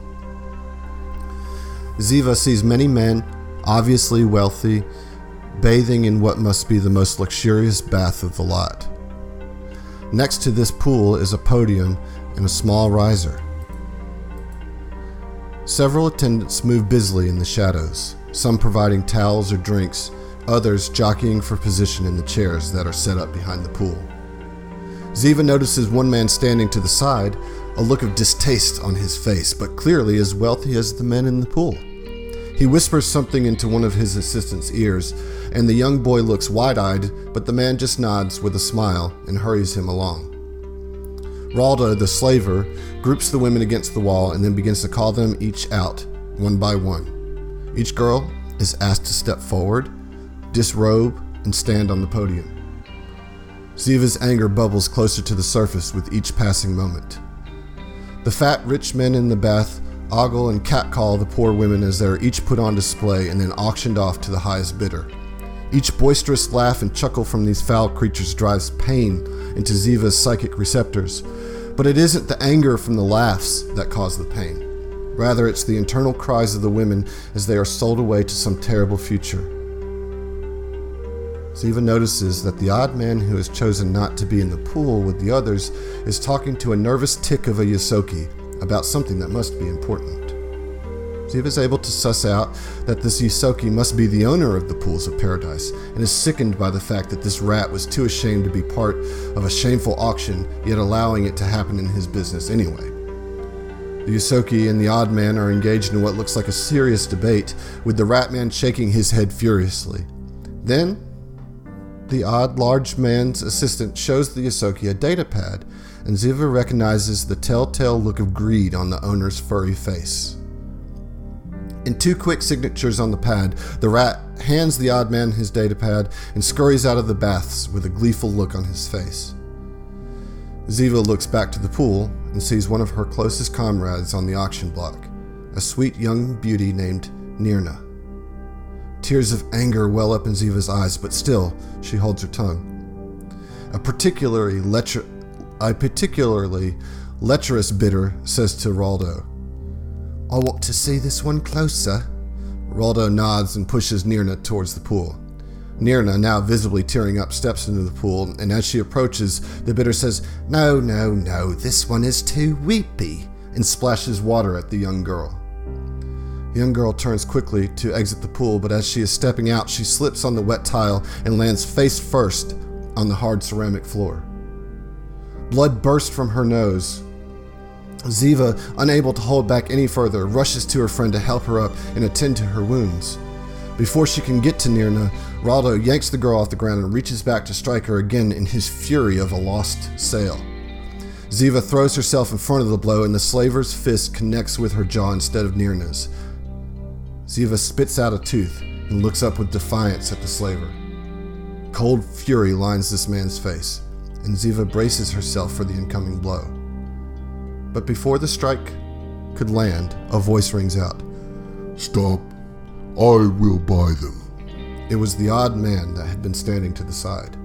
Ziva sees many men, obviously wealthy, bathing in what must be the most luxurious bath of the lot. Next to this pool is a podium and a small riser. Several attendants move busily in the shadows, some providing towels or drinks, others jockeying for position in the chairs that are set up behind the pool. Ziva notices one man standing to the side, a look of distaste on his face, but clearly as wealthy as the men in the pool. He whispers something into one of his assistant's ears, and the young boy looks wide eyed, but the man just nods with a smile and hurries him along. Ralda, the slaver, groups the women against the wall and then begins to call them each out, one by one. Each girl is asked to step forward, disrobe, and stand on the podium. Ziva's anger bubbles closer to the surface with each passing moment. The fat, rich men in the bath ogle and catcall the poor women as they are each put on display and then auctioned off to the highest bidder. Each boisterous laugh and chuckle from these foul creatures drives pain into Ziva's psychic receptors, but it isn't the anger from the laughs that cause the pain. Rather, it's the internal cries of the women as they are sold away to some terrible future. Ziva notices that the odd man who has chosen not to be in the pool with the others is talking to a nervous tick of a Yosoki about something that must be important. Ziva is able to suss out that this Yosoki must be the owner of the pools of paradise and is sickened by the fact that this rat was too ashamed to be part of a shameful auction, yet allowing it to happen in his business anyway. The Yosoki and the odd man are engaged in what looks like a serious debate, with the rat man shaking his head furiously. Then, the odd, large man's assistant shows the Yosoki a data pad, and Ziva recognizes the telltale look of greed on the owner's furry face. In two quick signatures on the pad, the rat hands the odd man his data pad and scurries out of the baths with a gleeful look on his face. Ziva looks back to the pool and sees one of her closest comrades on the auction block, a sweet young beauty named Nirna. Tears of anger well up in Ziva's eyes, but still she holds her tongue. A particularly lecher- a particularly lecherous bidder says to Raldo, "I want to see this one closer." Raldo nods and pushes Nirna towards the pool. Nirna, now visibly tearing up, steps into the pool, and as she approaches, the bidder says, "No, no, no, this one is too weepy," and splashes water at the young girl. The young girl turns quickly to exit the pool, but as she is stepping out, she slips on the wet tile and lands face first on the hard ceramic floor. Blood bursts from her nose. Ziva, unable to hold back any further, rushes to her friend to help her up and attend to her wounds. Before she can get to Nirna, Raldo yanks the girl off the ground and reaches back to strike her again in his fury of a lost sail. Ziva throws herself in front of the blow, and the slaver's fist connects with her jaw instead of Nirna's. Ziva spits out a tooth and looks up with defiance at the slaver. Cold fury lines this man's face, and Ziva braces herself for the incoming blow. But before the strike could land, a voice rings out. Stop. I will buy them. It was the odd man that had been standing to the side.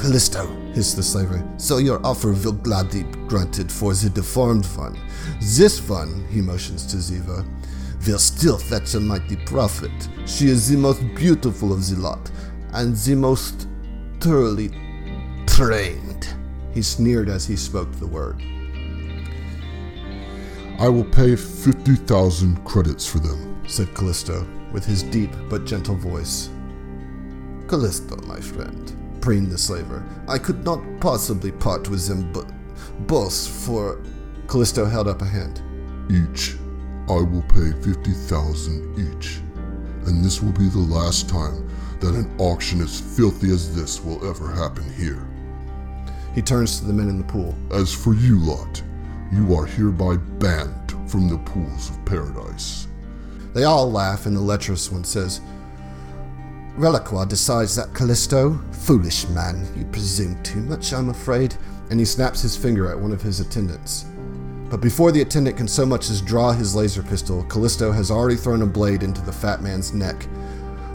Callisto, hissed the slaver, so your offer will gladly be granted for the deformed one. This one, he motions to Ziva, will still fetch a mighty profit. She is the most beautiful of the lot, and the most thoroughly trained. He sneered as he spoke the word. I will pay 50,000 credits for them. said Callisto, with his deep but gentle voice. Callisto, my friend, preened the slaver, I could not possibly part with them but both for. Callisto held up a hand. Each. I will pay 50,000 each. And this will be the last time that an auction as filthy as this will ever happen here. He turns to the men in the pool. As for you lot, you are hereby banned from the pools of paradise. They all laugh, and the lecherous one says, Reliqua decides that Callisto, foolish man, you presume too much, I'm afraid, and he snaps his finger at one of his attendants. But before the attendant can so much as draw his laser pistol, Callisto has already thrown a blade into the fat man's neck.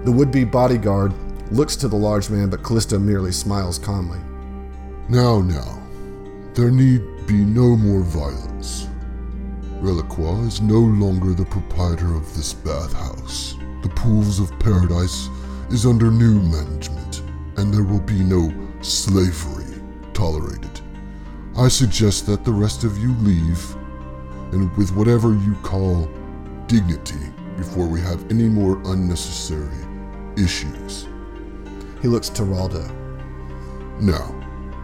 The would be bodyguard looks to the large man, but Callisto merely smiles calmly. Now, now, there need be no more violence. Reliqua is no longer the proprietor of this bathhouse. The pools of paradise is under new management, and there will be no slavery tolerated. I suggest that the rest of you leave, and with whatever you call dignity, before we have any more unnecessary issues. He looks to Raldo. Now,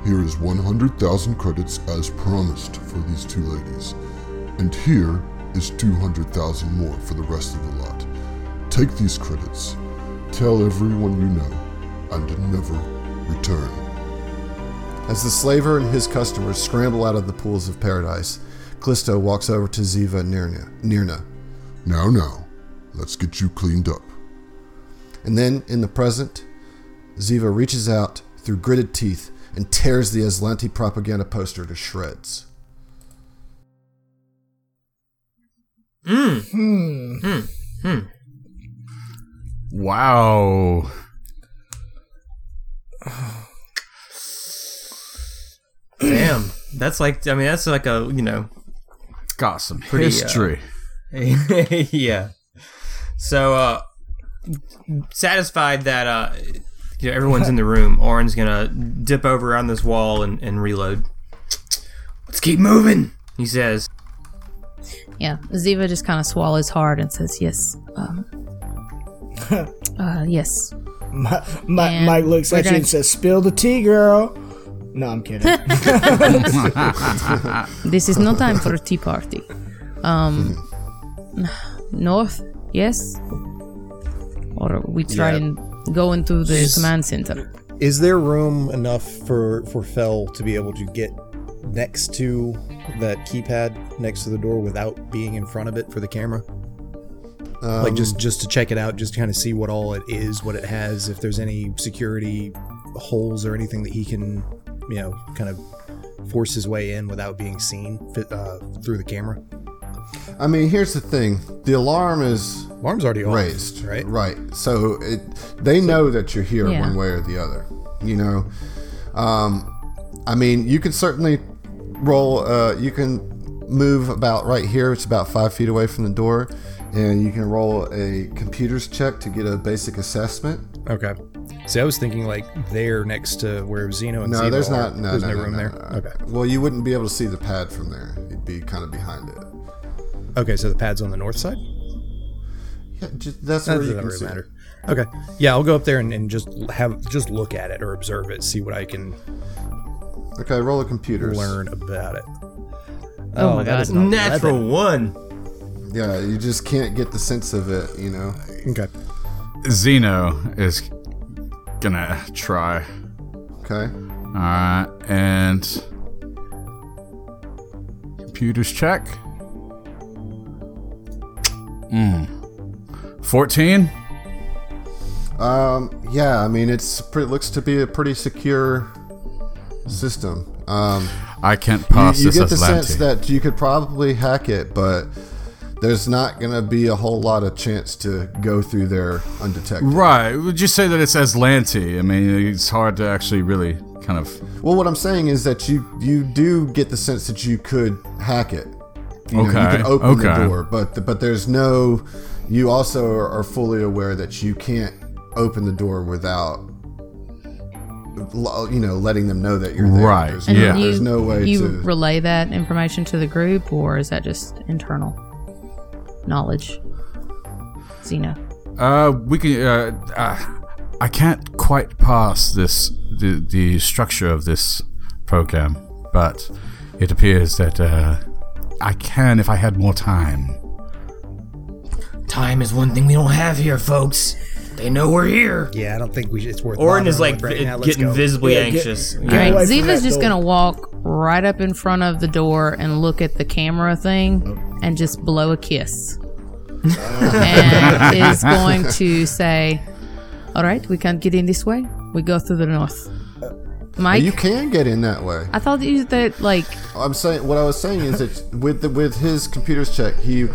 here is 100,000 credits as promised for these two ladies, and here is 200,000 more for the rest of the lot. Take these credits, tell everyone you know, and never return. As the slaver and his customers scramble out of the pools of paradise, Callisto walks over to Ziva and Nirna, Nirna. Now, now, let's get you cleaned up. And then, in the present, Ziva reaches out through gritted teeth and tears the Aslanti propaganda poster to shreds. Wow. Damn. That's like I mean that's like a you know Got some Pretty, uh, history. yeah. So uh satisfied that uh you know everyone's in the room, Orin's gonna dip over around this wall and, and reload. Let's keep moving he says. Yeah, Ziva just kind of swallows hard and says, "Yes, um, uh, yes, My, my, Man, Mike looks we're at you gonna- and says, "Spill the tea, girl." No, I'm kidding. this is no time for a tea party." Um, north, yes, or we try Yeah. and go into the command center. Is there room enough for for Fell to be able to get next to that keypad next to the door without being in front of it for the camera? like Um, just just to check it out, just kind of see what all it is, what it has, if there's any security holes or anything that he can, you know, kind of force his way in without being seen fi- uh, through the camera. I mean, here's the thing the alarm is Alarm's already off, raised, right? Right. So it, they know that you're here Yeah. one way or the other. You know, um, I mean, you can certainly roll. Uh, you can move about right here. It's about five feet away from the door, and you can roll a computer's check to get a basic assessment. Okay. See, I was thinking like there next to where Zeno and No, Ziva there's are. not. No, there's no, no, no, room no, there. no. Okay. Well, you wouldn't be able to see the pad from there. You'd be kind of behind it. Okay, so the pad's on the north side. Yeah, just, that's That where you doesn't can really see. matter. Okay. Yeah, I'll go up there and, and just have just look at it or observe it, see what I can it. Okay, roll a computer. learn about it. Oh my that is God. an Natural 11. one. Yeah, you just can't get the sense of it. You know. Okay. uh, Zeno is gonna try. Okay. All right, and computers check. Mm. Hmm. Fourteen. Um, yeah, I mean, it's pretty, looks to be a pretty secure system. Um, I can't you, pass you this get the as sense Lanty. that you could probably hack it, but there's not going to be a whole lot of chance to go through there undetected. right? Would you say that it's Aslanti? I mean, it's hard to actually really kind of. Well, what I'm saying is that you you do get the sense that you could hack it. You, know, you Okay, can open okay. the door, but the, but there's no. You also are, are fully aware that you can't open the door without. lo- You know, letting them know that you're there. Right, There's And no, Yeah. there's no way you to. relay that information to the group, or is that just internal knowledge? Xena. Uh, we can. Uh, uh, I can't quite pass this the the structure of this program, but it appears that uh, I can if I had more time. Time is one thing we don't have here, folks. They know we're here. Yeah, I don't think we. Sh- it's worth. Orin is bothering like with right vi- now. Let's getting go. visibly Yeah, get- anxious. get All right, away from Ziva's that just door. gonna walk right up in front of the door and look at the camera thing Oh. and just blow a kiss. and is going to say, "All right, we can't get in this way. We go through the north." Mike, Uh, you can get in that way. I thought you that like I'm saying what I was saying is that with the, with his computers check, he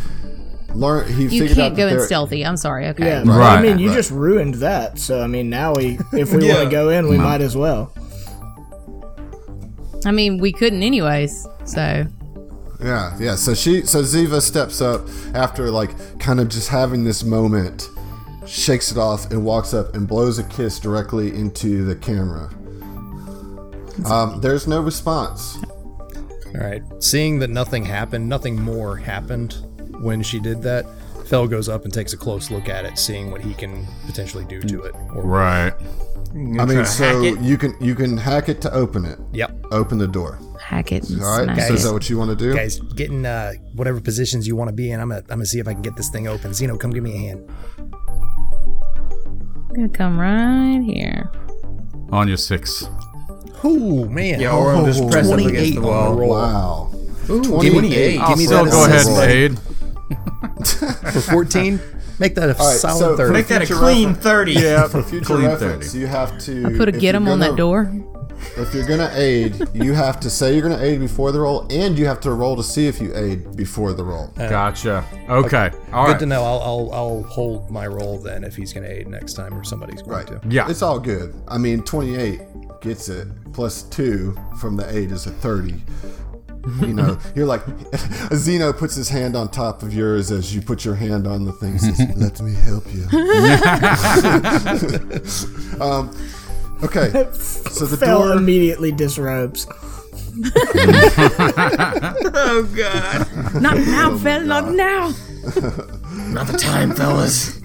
learned he you figured can't out go that in there- stealthy. I'm sorry. Okay. Yeah, Right. I mean, you Right. just ruined that. So I mean, now we, if we want to go in, we might as well. I mean, we couldn't anyways. So Yeah, yeah. So she, so Ziva steps up after like kind of just having this moment, shakes it off and walks up and blows a kiss directly into the camera. Um, there's no response. All right. Seeing that nothing happened, nothing more happened when she did that, Fell goes up and takes a close look at it, seeing what he can potentially do to it. Or, Right. I mean, so hack it? you can you can hack it to open it. Yep. Open the door. hack it. And All right. uh, smash So is it. that what you want to do? Guys, get in uh, whatever positions you want to be in. I'm gonna, I'm gonna see if I can get this thing open. Zeno, come give me a hand. I'm gonna come right here. On your six. Oh man. Yeah, Orin just Oh, press up against 28 the on wall. roll. Wow. 28. Give me So that go ahead and assist. aid. for 14. Make that a right, solid so- third. Make that a Future clean reference. 30. Yeah, For future clean reference, 30. you have to Put a if get you're him on gonna- that door. If you're gonna aid, you have to say you're gonna aid before the roll, and you have to roll to see if you aid before the roll. Uh, Gotcha. Okay. All Good right. to know. I'll, I'll I'll hold my roll then if he's going to aid next time or somebody's going Right. to. Yeah. It's all good. I mean, 28 gets it. Plus two from the eight is a 30. You know, you're like, Zeno puts his hand on top of yours as you put your hand on the thing. Says, Let me help you. um, okay. So the Fell door. immediately disrobes. Oh, God. Not now, Oh, Vel, not now. Not the time, fellas.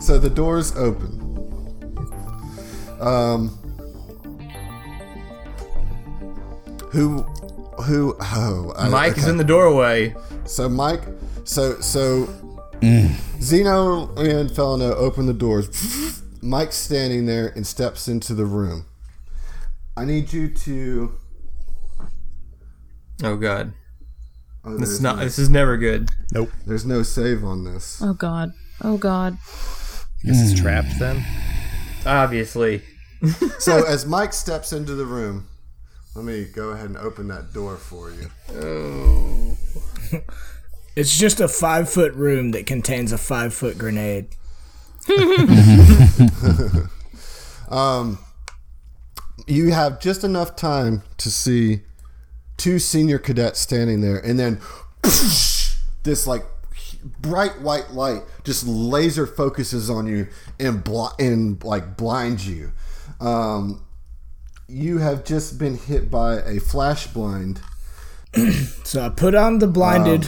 So the door's open. Um, who, who? Oh, I- Mike is okay. in the doorway. So Mike, so so, Zeno and Felino open the doors. Mike's standing there and steps into the room. I need you to. Oh, God. Oh, This there's is not. no- This is never good. There's no save on this. Oh God. Oh God. This is trapped then. Obviously. So as Mike steps into the room, let me go ahead and open that door for you. It's just a five foot room that contains a five foot grenade. you have just enough time to see two senior cadets standing there, and then this like bright white light just laser focuses on you and bl- and like blinds you. Um, you have just been hit by a flash blind. So I put on the blinded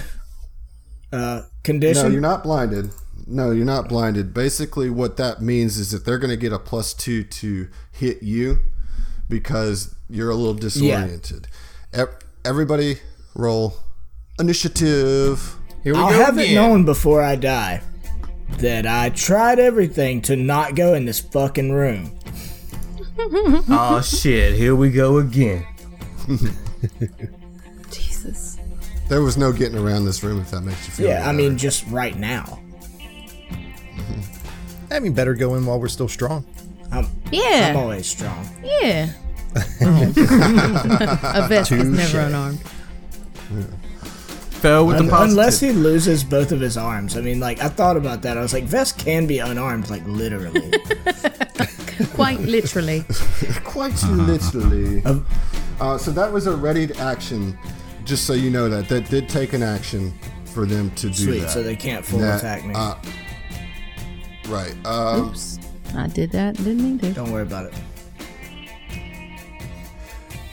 uh, No, condition. you're not blinded. No, you're not blinded. Basically, what that means is that they're going to get a plus two to hit you because you're a little disoriented. Ev- Everybody, roll initiative. Here we I'll go have again. it known before I die. that I tried everything to not go in this fucking room. oh shit, here we go again. Jesus. There was no getting around this room if that makes you feel. Yeah, any I mean, better. just right now. I mean, better go in while we're still strong. I'm, I'm Yeah. always strong. Yeah. a vest is never unarmed. Fell with the positive. Unless he loses both of his arms. I mean, like, I thought about that. I was like, Vest can be unarmed, like, literally. Quite literally. quite literally. Oh, Uh, so that was a readied action. Just so you know that that did take an action for them to do Sweet, that. so they can't full That, attack me. uh, right. Um, Oops. I did that. Didn't need to. Don't worry about it.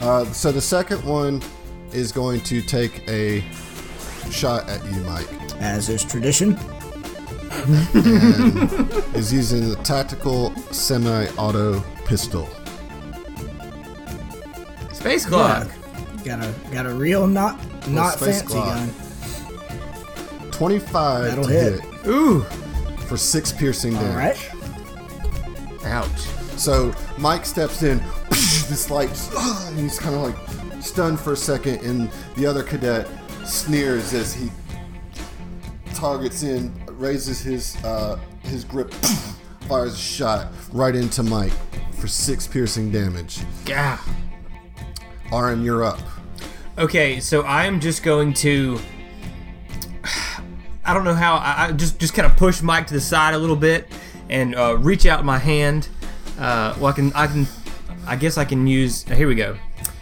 uh, so the second one is going to take a shot at you, Mike. As is tradition. Is using the tactical semi-auto pistol. Space clock. Got a got a real not not space fancy clock. gun. Twenty-five That'll to hit. hit. Ooh. for six piercing damage. All right. Ouch. So Mike steps in, this like, and he's kind of like stunned for a second, and the other cadet sneers as he targets in, raises his uh, his grip, fires a shot right into Mike for six piercing damage. Gah. Aaron, you're up. Okay, so I am just going to. I don't know how. I, I just just kind of push Mike to the side a little bit and uh, reach out my hand. Uh, well, I can. I can. I guess I can use. uh, Here we go.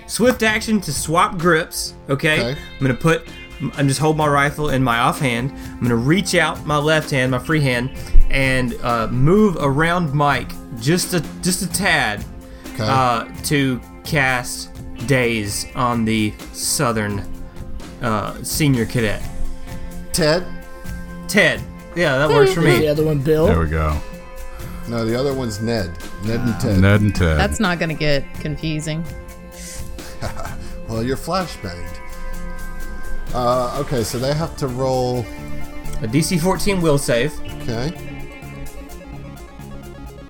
Swift action to swap grips. Okay. Okay. I'm gonna put. I'm just hold my rifle in my offhand. I'm gonna reach out my left hand, my free hand, and uh, move around Mike just a just a tad Okay. uh, to cast days on the southern uh, senior cadet Ted? ted yeah that works for The me other one, Bill. There we go. No, the other one's Ned. Ned and Ted. Ned and Ted. That's not going to get confusing. Well, you're flashbanged. Uh, okay, so they have to roll. a dc-14 will save Okay.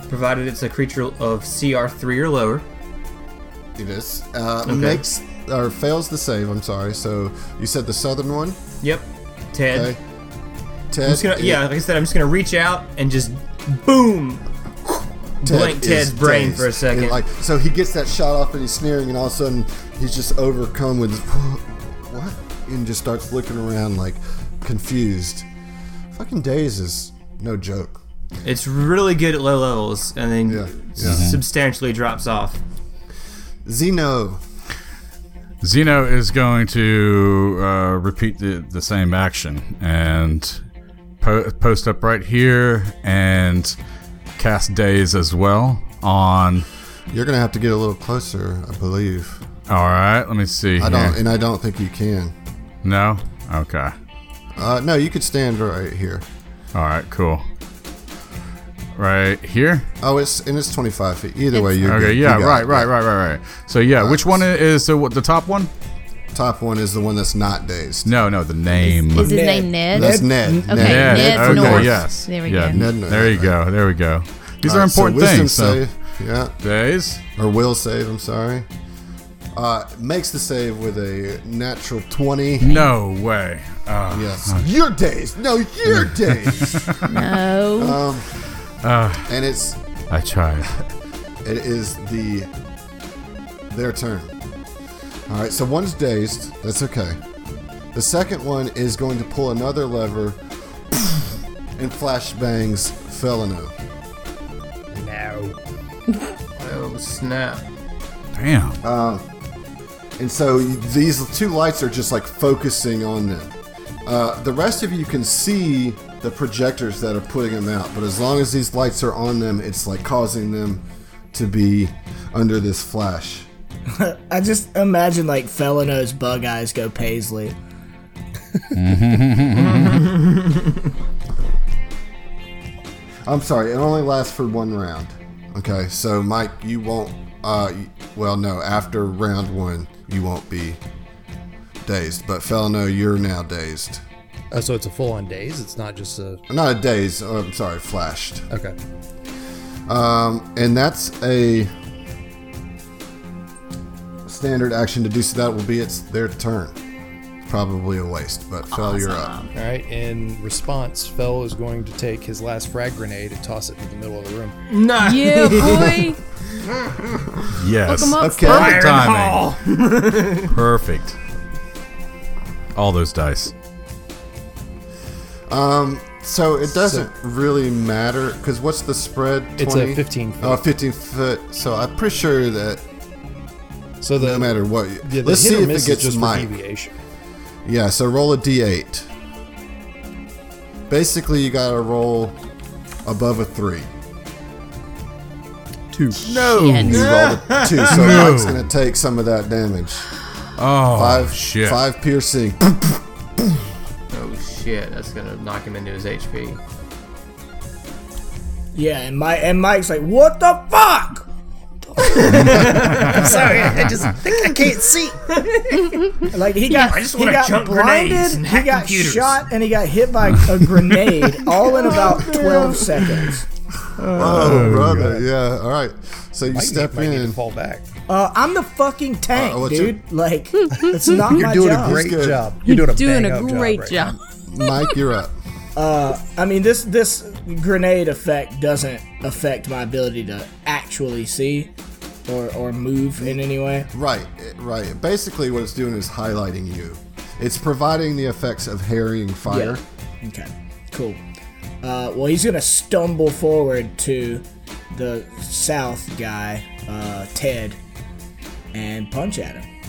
provided it's a creature of cr3 or lower It is. Uh, Makes or fails the save. I'm sorry. So you said the southern one. yep ted Okay. Ted. I'm just gonna, it- yeah like i said i'm just gonna reach out and just boom blank is Ted's brain for a dazed. second. And, like so, he gets that shot off and he's sneering, and all of a sudden he's just overcome with what, and just starts looking around like confused. Fucking daze is no joke. it's really good at low levels and then Yeah, s- yeah. substantially drops off Zeno. Zeno is going to uh, repeat the, the same action and po- post up right here and cast days as well on. You're gonna have to get a little closer, I believe. All right, let me see. I here. don't, and I don't think you can. No? Okay. Uh, no, you could stand right here. All right, cool. Right here? Oh, it's and it's 25 feet. Either way, you're Okay, good. yeah, You got right, it. right, right, right, right. So, yeah, which one is the, what, the top one? Top one is the one that's not dazed. No, no, the name. Is his Ned. name Ned? That's Ned. Okay, Yeah, Ned. Ned's okay, north. yes. There we yeah. go. Ned North, There you right. go, there we go. These All are right, so important wisdom things. So. Save, yeah, Days? or will save. I'm sorry. Uh, makes the save with a natural 20. No way. Uh, Yes. Your days. No, your days. Uh, No. and it's I tried. it is the their turn. All right. So one's dazed. That's okay. The second one is going to pull another lever and flashbangs Felino. no oh snap Damn. And so you- these two lights are just like focusing on them. Uh, the rest of you can see the projectors that are putting them out, but as long as these lights are on them, it's like causing them to be under this flash. I just imagine like Felino's bug eyes go paisley. I'm sorry, it only lasts for one round. Okay, so Mike, you won't. Uh, y- well, no, after round one, you won't be dazed. But Felino, you're now dazed Oh, so it's a full on daze. It's not just a Not a daze. Oh, I'm sorry, flashed. okay. Um, and that's a standard action to do. So that will be its their turn. Probably a waste, but Fel, you're up. All right. In response, Fell is going to take his last frag grenade and toss it into the middle of the room. No. Yeah, boy. Yes. Come on, Okay. Spike. Perfect timing. Perfect. All those dice. So it doesn't really matter because what's the spread? 20? It's a 15 foot. Oh, 15 foot. So I'm pretty sure that So the no matter what, Yeah, the let's hit see or if miss it is gets just Mike. for deviation. Yeah, so roll a d8. Basically, you gotta roll above a three. Two. No, you rolled a two, so Mike's gonna take some of that damage. Oh Five, shit. five piercing. Oh shit, that's gonna knock him into his HP. Yeah, and Mike and Mike's like, "What the fuck?" I'm sorry. I just think I can't see. Like he got, he wanna got jump blinded, grenades and he hack got computers. shot, and he got hit by a grenade, all in about twelve seconds. Oh, brother, yeah. All right, so you Might step need, might need to in. fall back. Uh, I'm the fucking tank, Uh, what's dude. Like, it's not You're my doing job. a great good. job. You're doing a, Doing a bang-up great job. job. right Mike, you're up. I mean, this this grenade effect doesn't affect my ability to actually see or or move in any way. Right, it- right. Basically, what it's doing is highlighting you. It's providing the effects of harrying fire. Okay, cool. Uh, well, he's gonna stumble forward to the south guy, uh, Ted, and punch at him.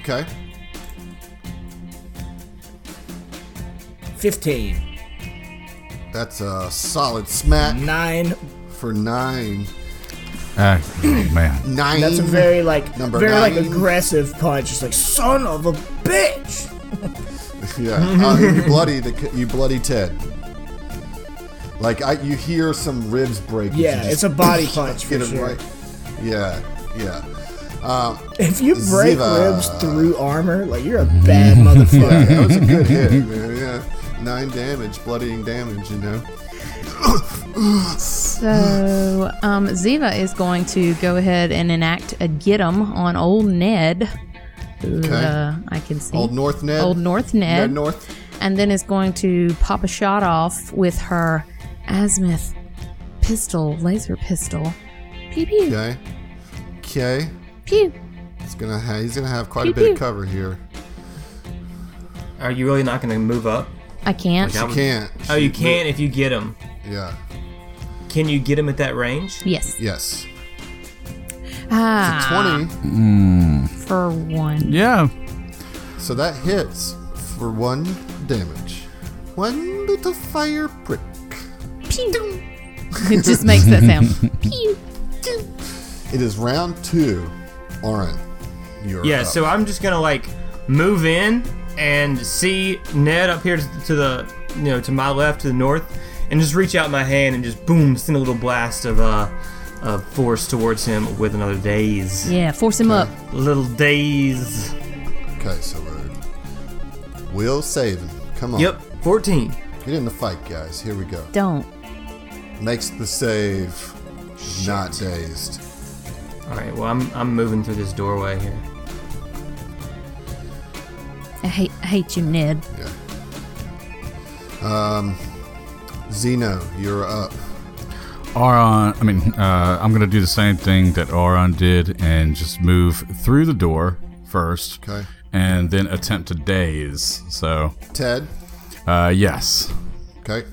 Okay, Fifteen. that's a solid smack Nine. for nine. Ah, oh, man. Nine. That's a very like Number very like nine. aggressive punch. Just like son of a bitch. Yeah, uh, you bloody the you bloody Ted. Like I, you hear some ribs break. You Yeah, just it's a body punch for get him sure. right. Yeah, yeah. Um, If you break Ziva. ribs through armor, like you're a bad motherfucker. that was a good hit. Man. Yeah, nine damage, bloodying damage. You know. So, um, Ziva is going to go ahead and enact a get 'em on old Ned. who, Okay. Uh, I can see. Old North Ned. Old North Ned. Ned North. And then is going to pop a shot off with her Asmith pistol, laser pistol. Pew pew. Okay. Okay. Pew. He's gonna ha- he's gonna have quite a Pew, bit of pew. cover here. Are you really not gonna move up? I can't. That You was- can't. Oh, you can if you get him. Yeah. Can you get him at that range? Yes. Yes. Ah, Twenty. for one. Yeah. So that hits for one damage. One little fire prick. Pew. It just makes that sound. Pew. It is round two. Oren, you're Yeah, up. so I'm just gonna like move in and see Ned up here to the you know to my left to the north, and just reach out my hand and just boom send a little blast of uh of force towards him with another daze, Yeah, force him up. little daze. okay, so we're will save him. Come on, Yep, 14. get in the fight, guys. Here we go. Don't. Makes the save. Not dazed. All right, well I'm I'm moving through this doorway here. I hate, I hate you, Ned. Zeno, you're up. Auron, I mean, uh, I'm going to do the same thing that Auron did and just move through the door first. Okay. And then attempt to daze. So, Ted. uh, yes. Okay.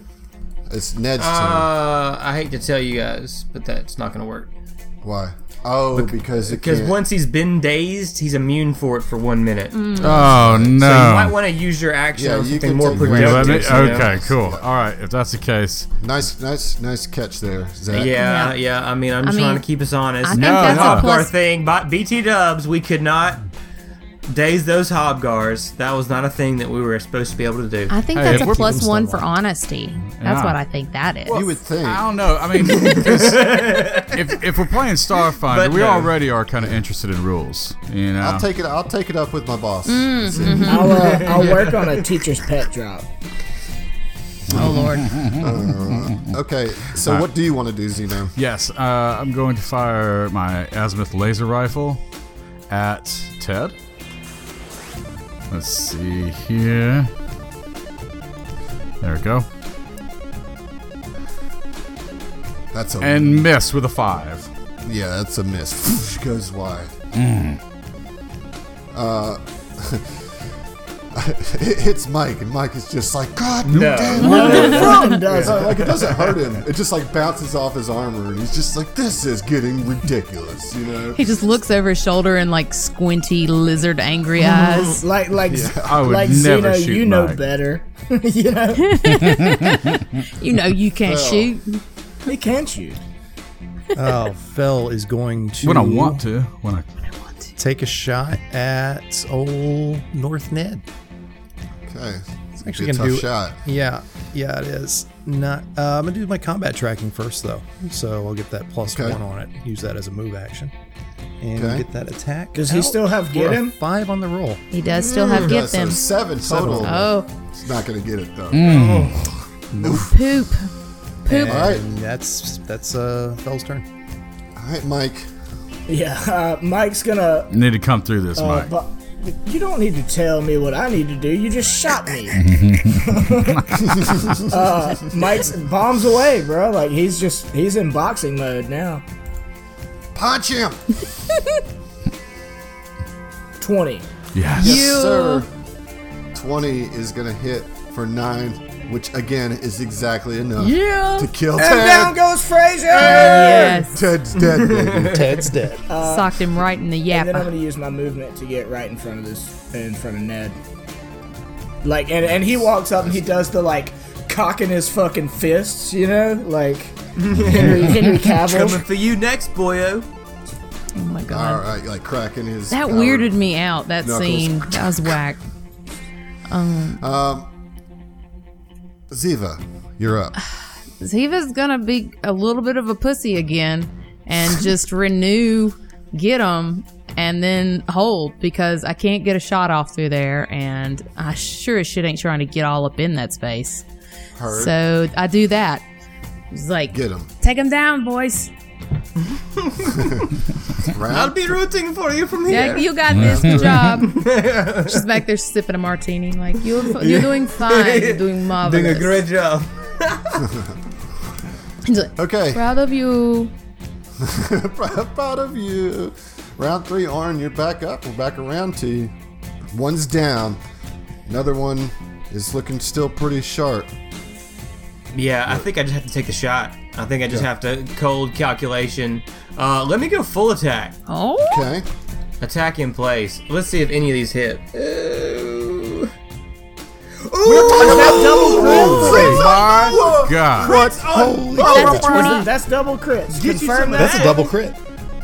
It's Ned's Uh, I hate to tell you guys, but that's not gonna work. turn. Why? Oh, because it Because can't- once he's been dazed, he's immune for it for one minute. Mm. Oh, So you might no. want to use your action Yeah, on you something can more take- Wait, Wait, productive. let me, you know? okay, cool. All right, if that's the case. nice, nice, nice catch there, Zach. Yeah, yeah. I mean, I'm I trying mean, to keep us honest. I think No, that's no. a Our plus. thing, but BT Dubs, we could not Days those hobgars. That was not a thing that we were supposed to be able to do. I think Hey, that's if a we're plus keeping one for someone. honesty. That's Yeah. what I think that is. You would think. I don't know. I mean, 'cause if, if we're playing Starfinder, But we no. already are kind of interested in rules. You know, I'll take it. I'll take it up with my boss. I'll, uh, I'll work on a teacher's pet drop. oh lord. Okay, so what do you want to do, Zeno? Yes, uh, I'm going to fire my azimuth laser rifle at Ted. Let's see here. There we go. That's a And miss with a five. yeah, that's a miss. She goes wide. Uh, it hits Mike, and Mike is just like, God damn! it." Fucking does it. Like it doesn't hurt him. It just like bounces off his armor, and he's just like, "This is getting ridiculous," you know. He just looks over his shoulder and like squinty lizard angry eyes. Like like I would like never Zeno, shoot you know Mike. better. you know You know you can't Well. shoot. he can shoot. Oh, Fell is going to. When I want to, when I Take a shot at old North Ned. Okay, it's actually actually a tough gonna do- shot. Yeah, yeah, it is. Not. Uh, I'm gonna do my combat tracking first, though. So I'll get that plus Okay. one on it. Use that as a move action, and Okay. get that attack. Does he out still have for get a him? Five on the roll. He does still have Yeah, get so them. seven total. Oh It's not gonna get it though. poop. And Alright. that's that's uh, Fell's turn. All right, Mike. Yeah, uh, Mike's gonna. need to come through Oh, this, Uh, Mike. but you don't need to tell me what I need to do. You just shot me. uh, Mike's bombs away, bro. Like he's just he's in boxing mode now. Punch him! Twenty. yes. Yes, sir. 20 is going to hit for 9, which again is exactly enough Yeah. to kill And down Ted. goes Frazier. Yes. Ted's dead, baby. Ted's dead. Socked him right in the And then I'm yapper. gonna use my movement to get right in front of this, in front of Ned. Like, and and he walks up and he does the like cocking his fucking fists, you know, like Henry, Henry Coming Cavill. for you next, boyo. Oh my god. All right, like cracking his. That power. weirded me out. That Knuckles. scene. That was whack. Ziva, you're up. Ziva's gonna be a little bit of a pussy again and just renew, get him, and then hold because I can't get a shot off through there, and I sure as shit ain't trying to get all up in that space. Heard. So I do that. It's like, Get him. take him down, boys. I'll Round. be rooting for you from here. Yeah, you got this. Good job. She's back there sipping a martini, like you're you're doing fine, you're doing marvelous, Doing a great job. She's like, Okay, Proud of you. proud of you. Round three, Arn, you're back up. We're back around to you. One's down. Another one is looking still pretty sharp. Yeah, I think I just have to take the shot. I think I just have to cold calculation. Uh, let me go full attack. Oh, Okay. Attack in place. Let's see if any of these hit. Ooh. My God. What? Oh, Holy that's a twenty. That's double crits. Get you Confirm some of that. That's a double crit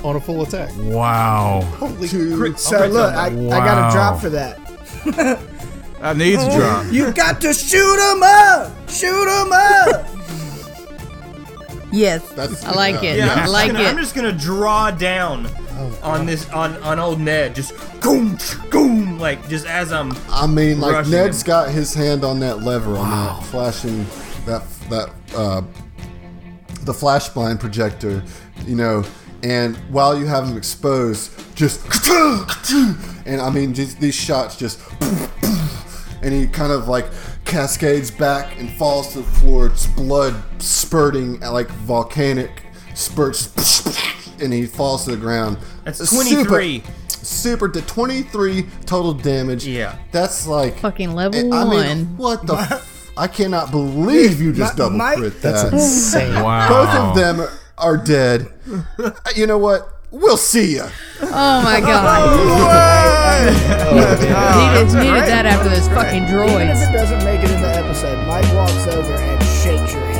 on a full attack. Wow. two. So look, I, I got Wow. a drop for that. That needs a drop. You got to shoot 'em up! Shoot 'em up! Yes, That's- I like it. Yeah, I'm I just like gonna- I'm it. just gonna draw down Oh, on this on on old Ned. Just goom, goom, like just as I'm. I mean, like Rushing Ned's him. got his hand on that lever on that flashing that that uh, the flashblind projector, you know. And while you have him exposed, just and I mean, just, these shots just and he kind of like cascades back and falls to the floor. It's blood spurting like volcanic spurts, and he falls to the ground. That's Super- 23. super to 23 total damage. Yeah. That's like Fucking level I one. mean, what the f- I cannot believe you just My- double my- crit that. That's insane. Wow. Both of them are dead. Uh, you know what? We'll see ya. Oh my god. needed needed that after those fucking Even if droids. it doesn't make it in the episode, Mike walks over and shakes your hand.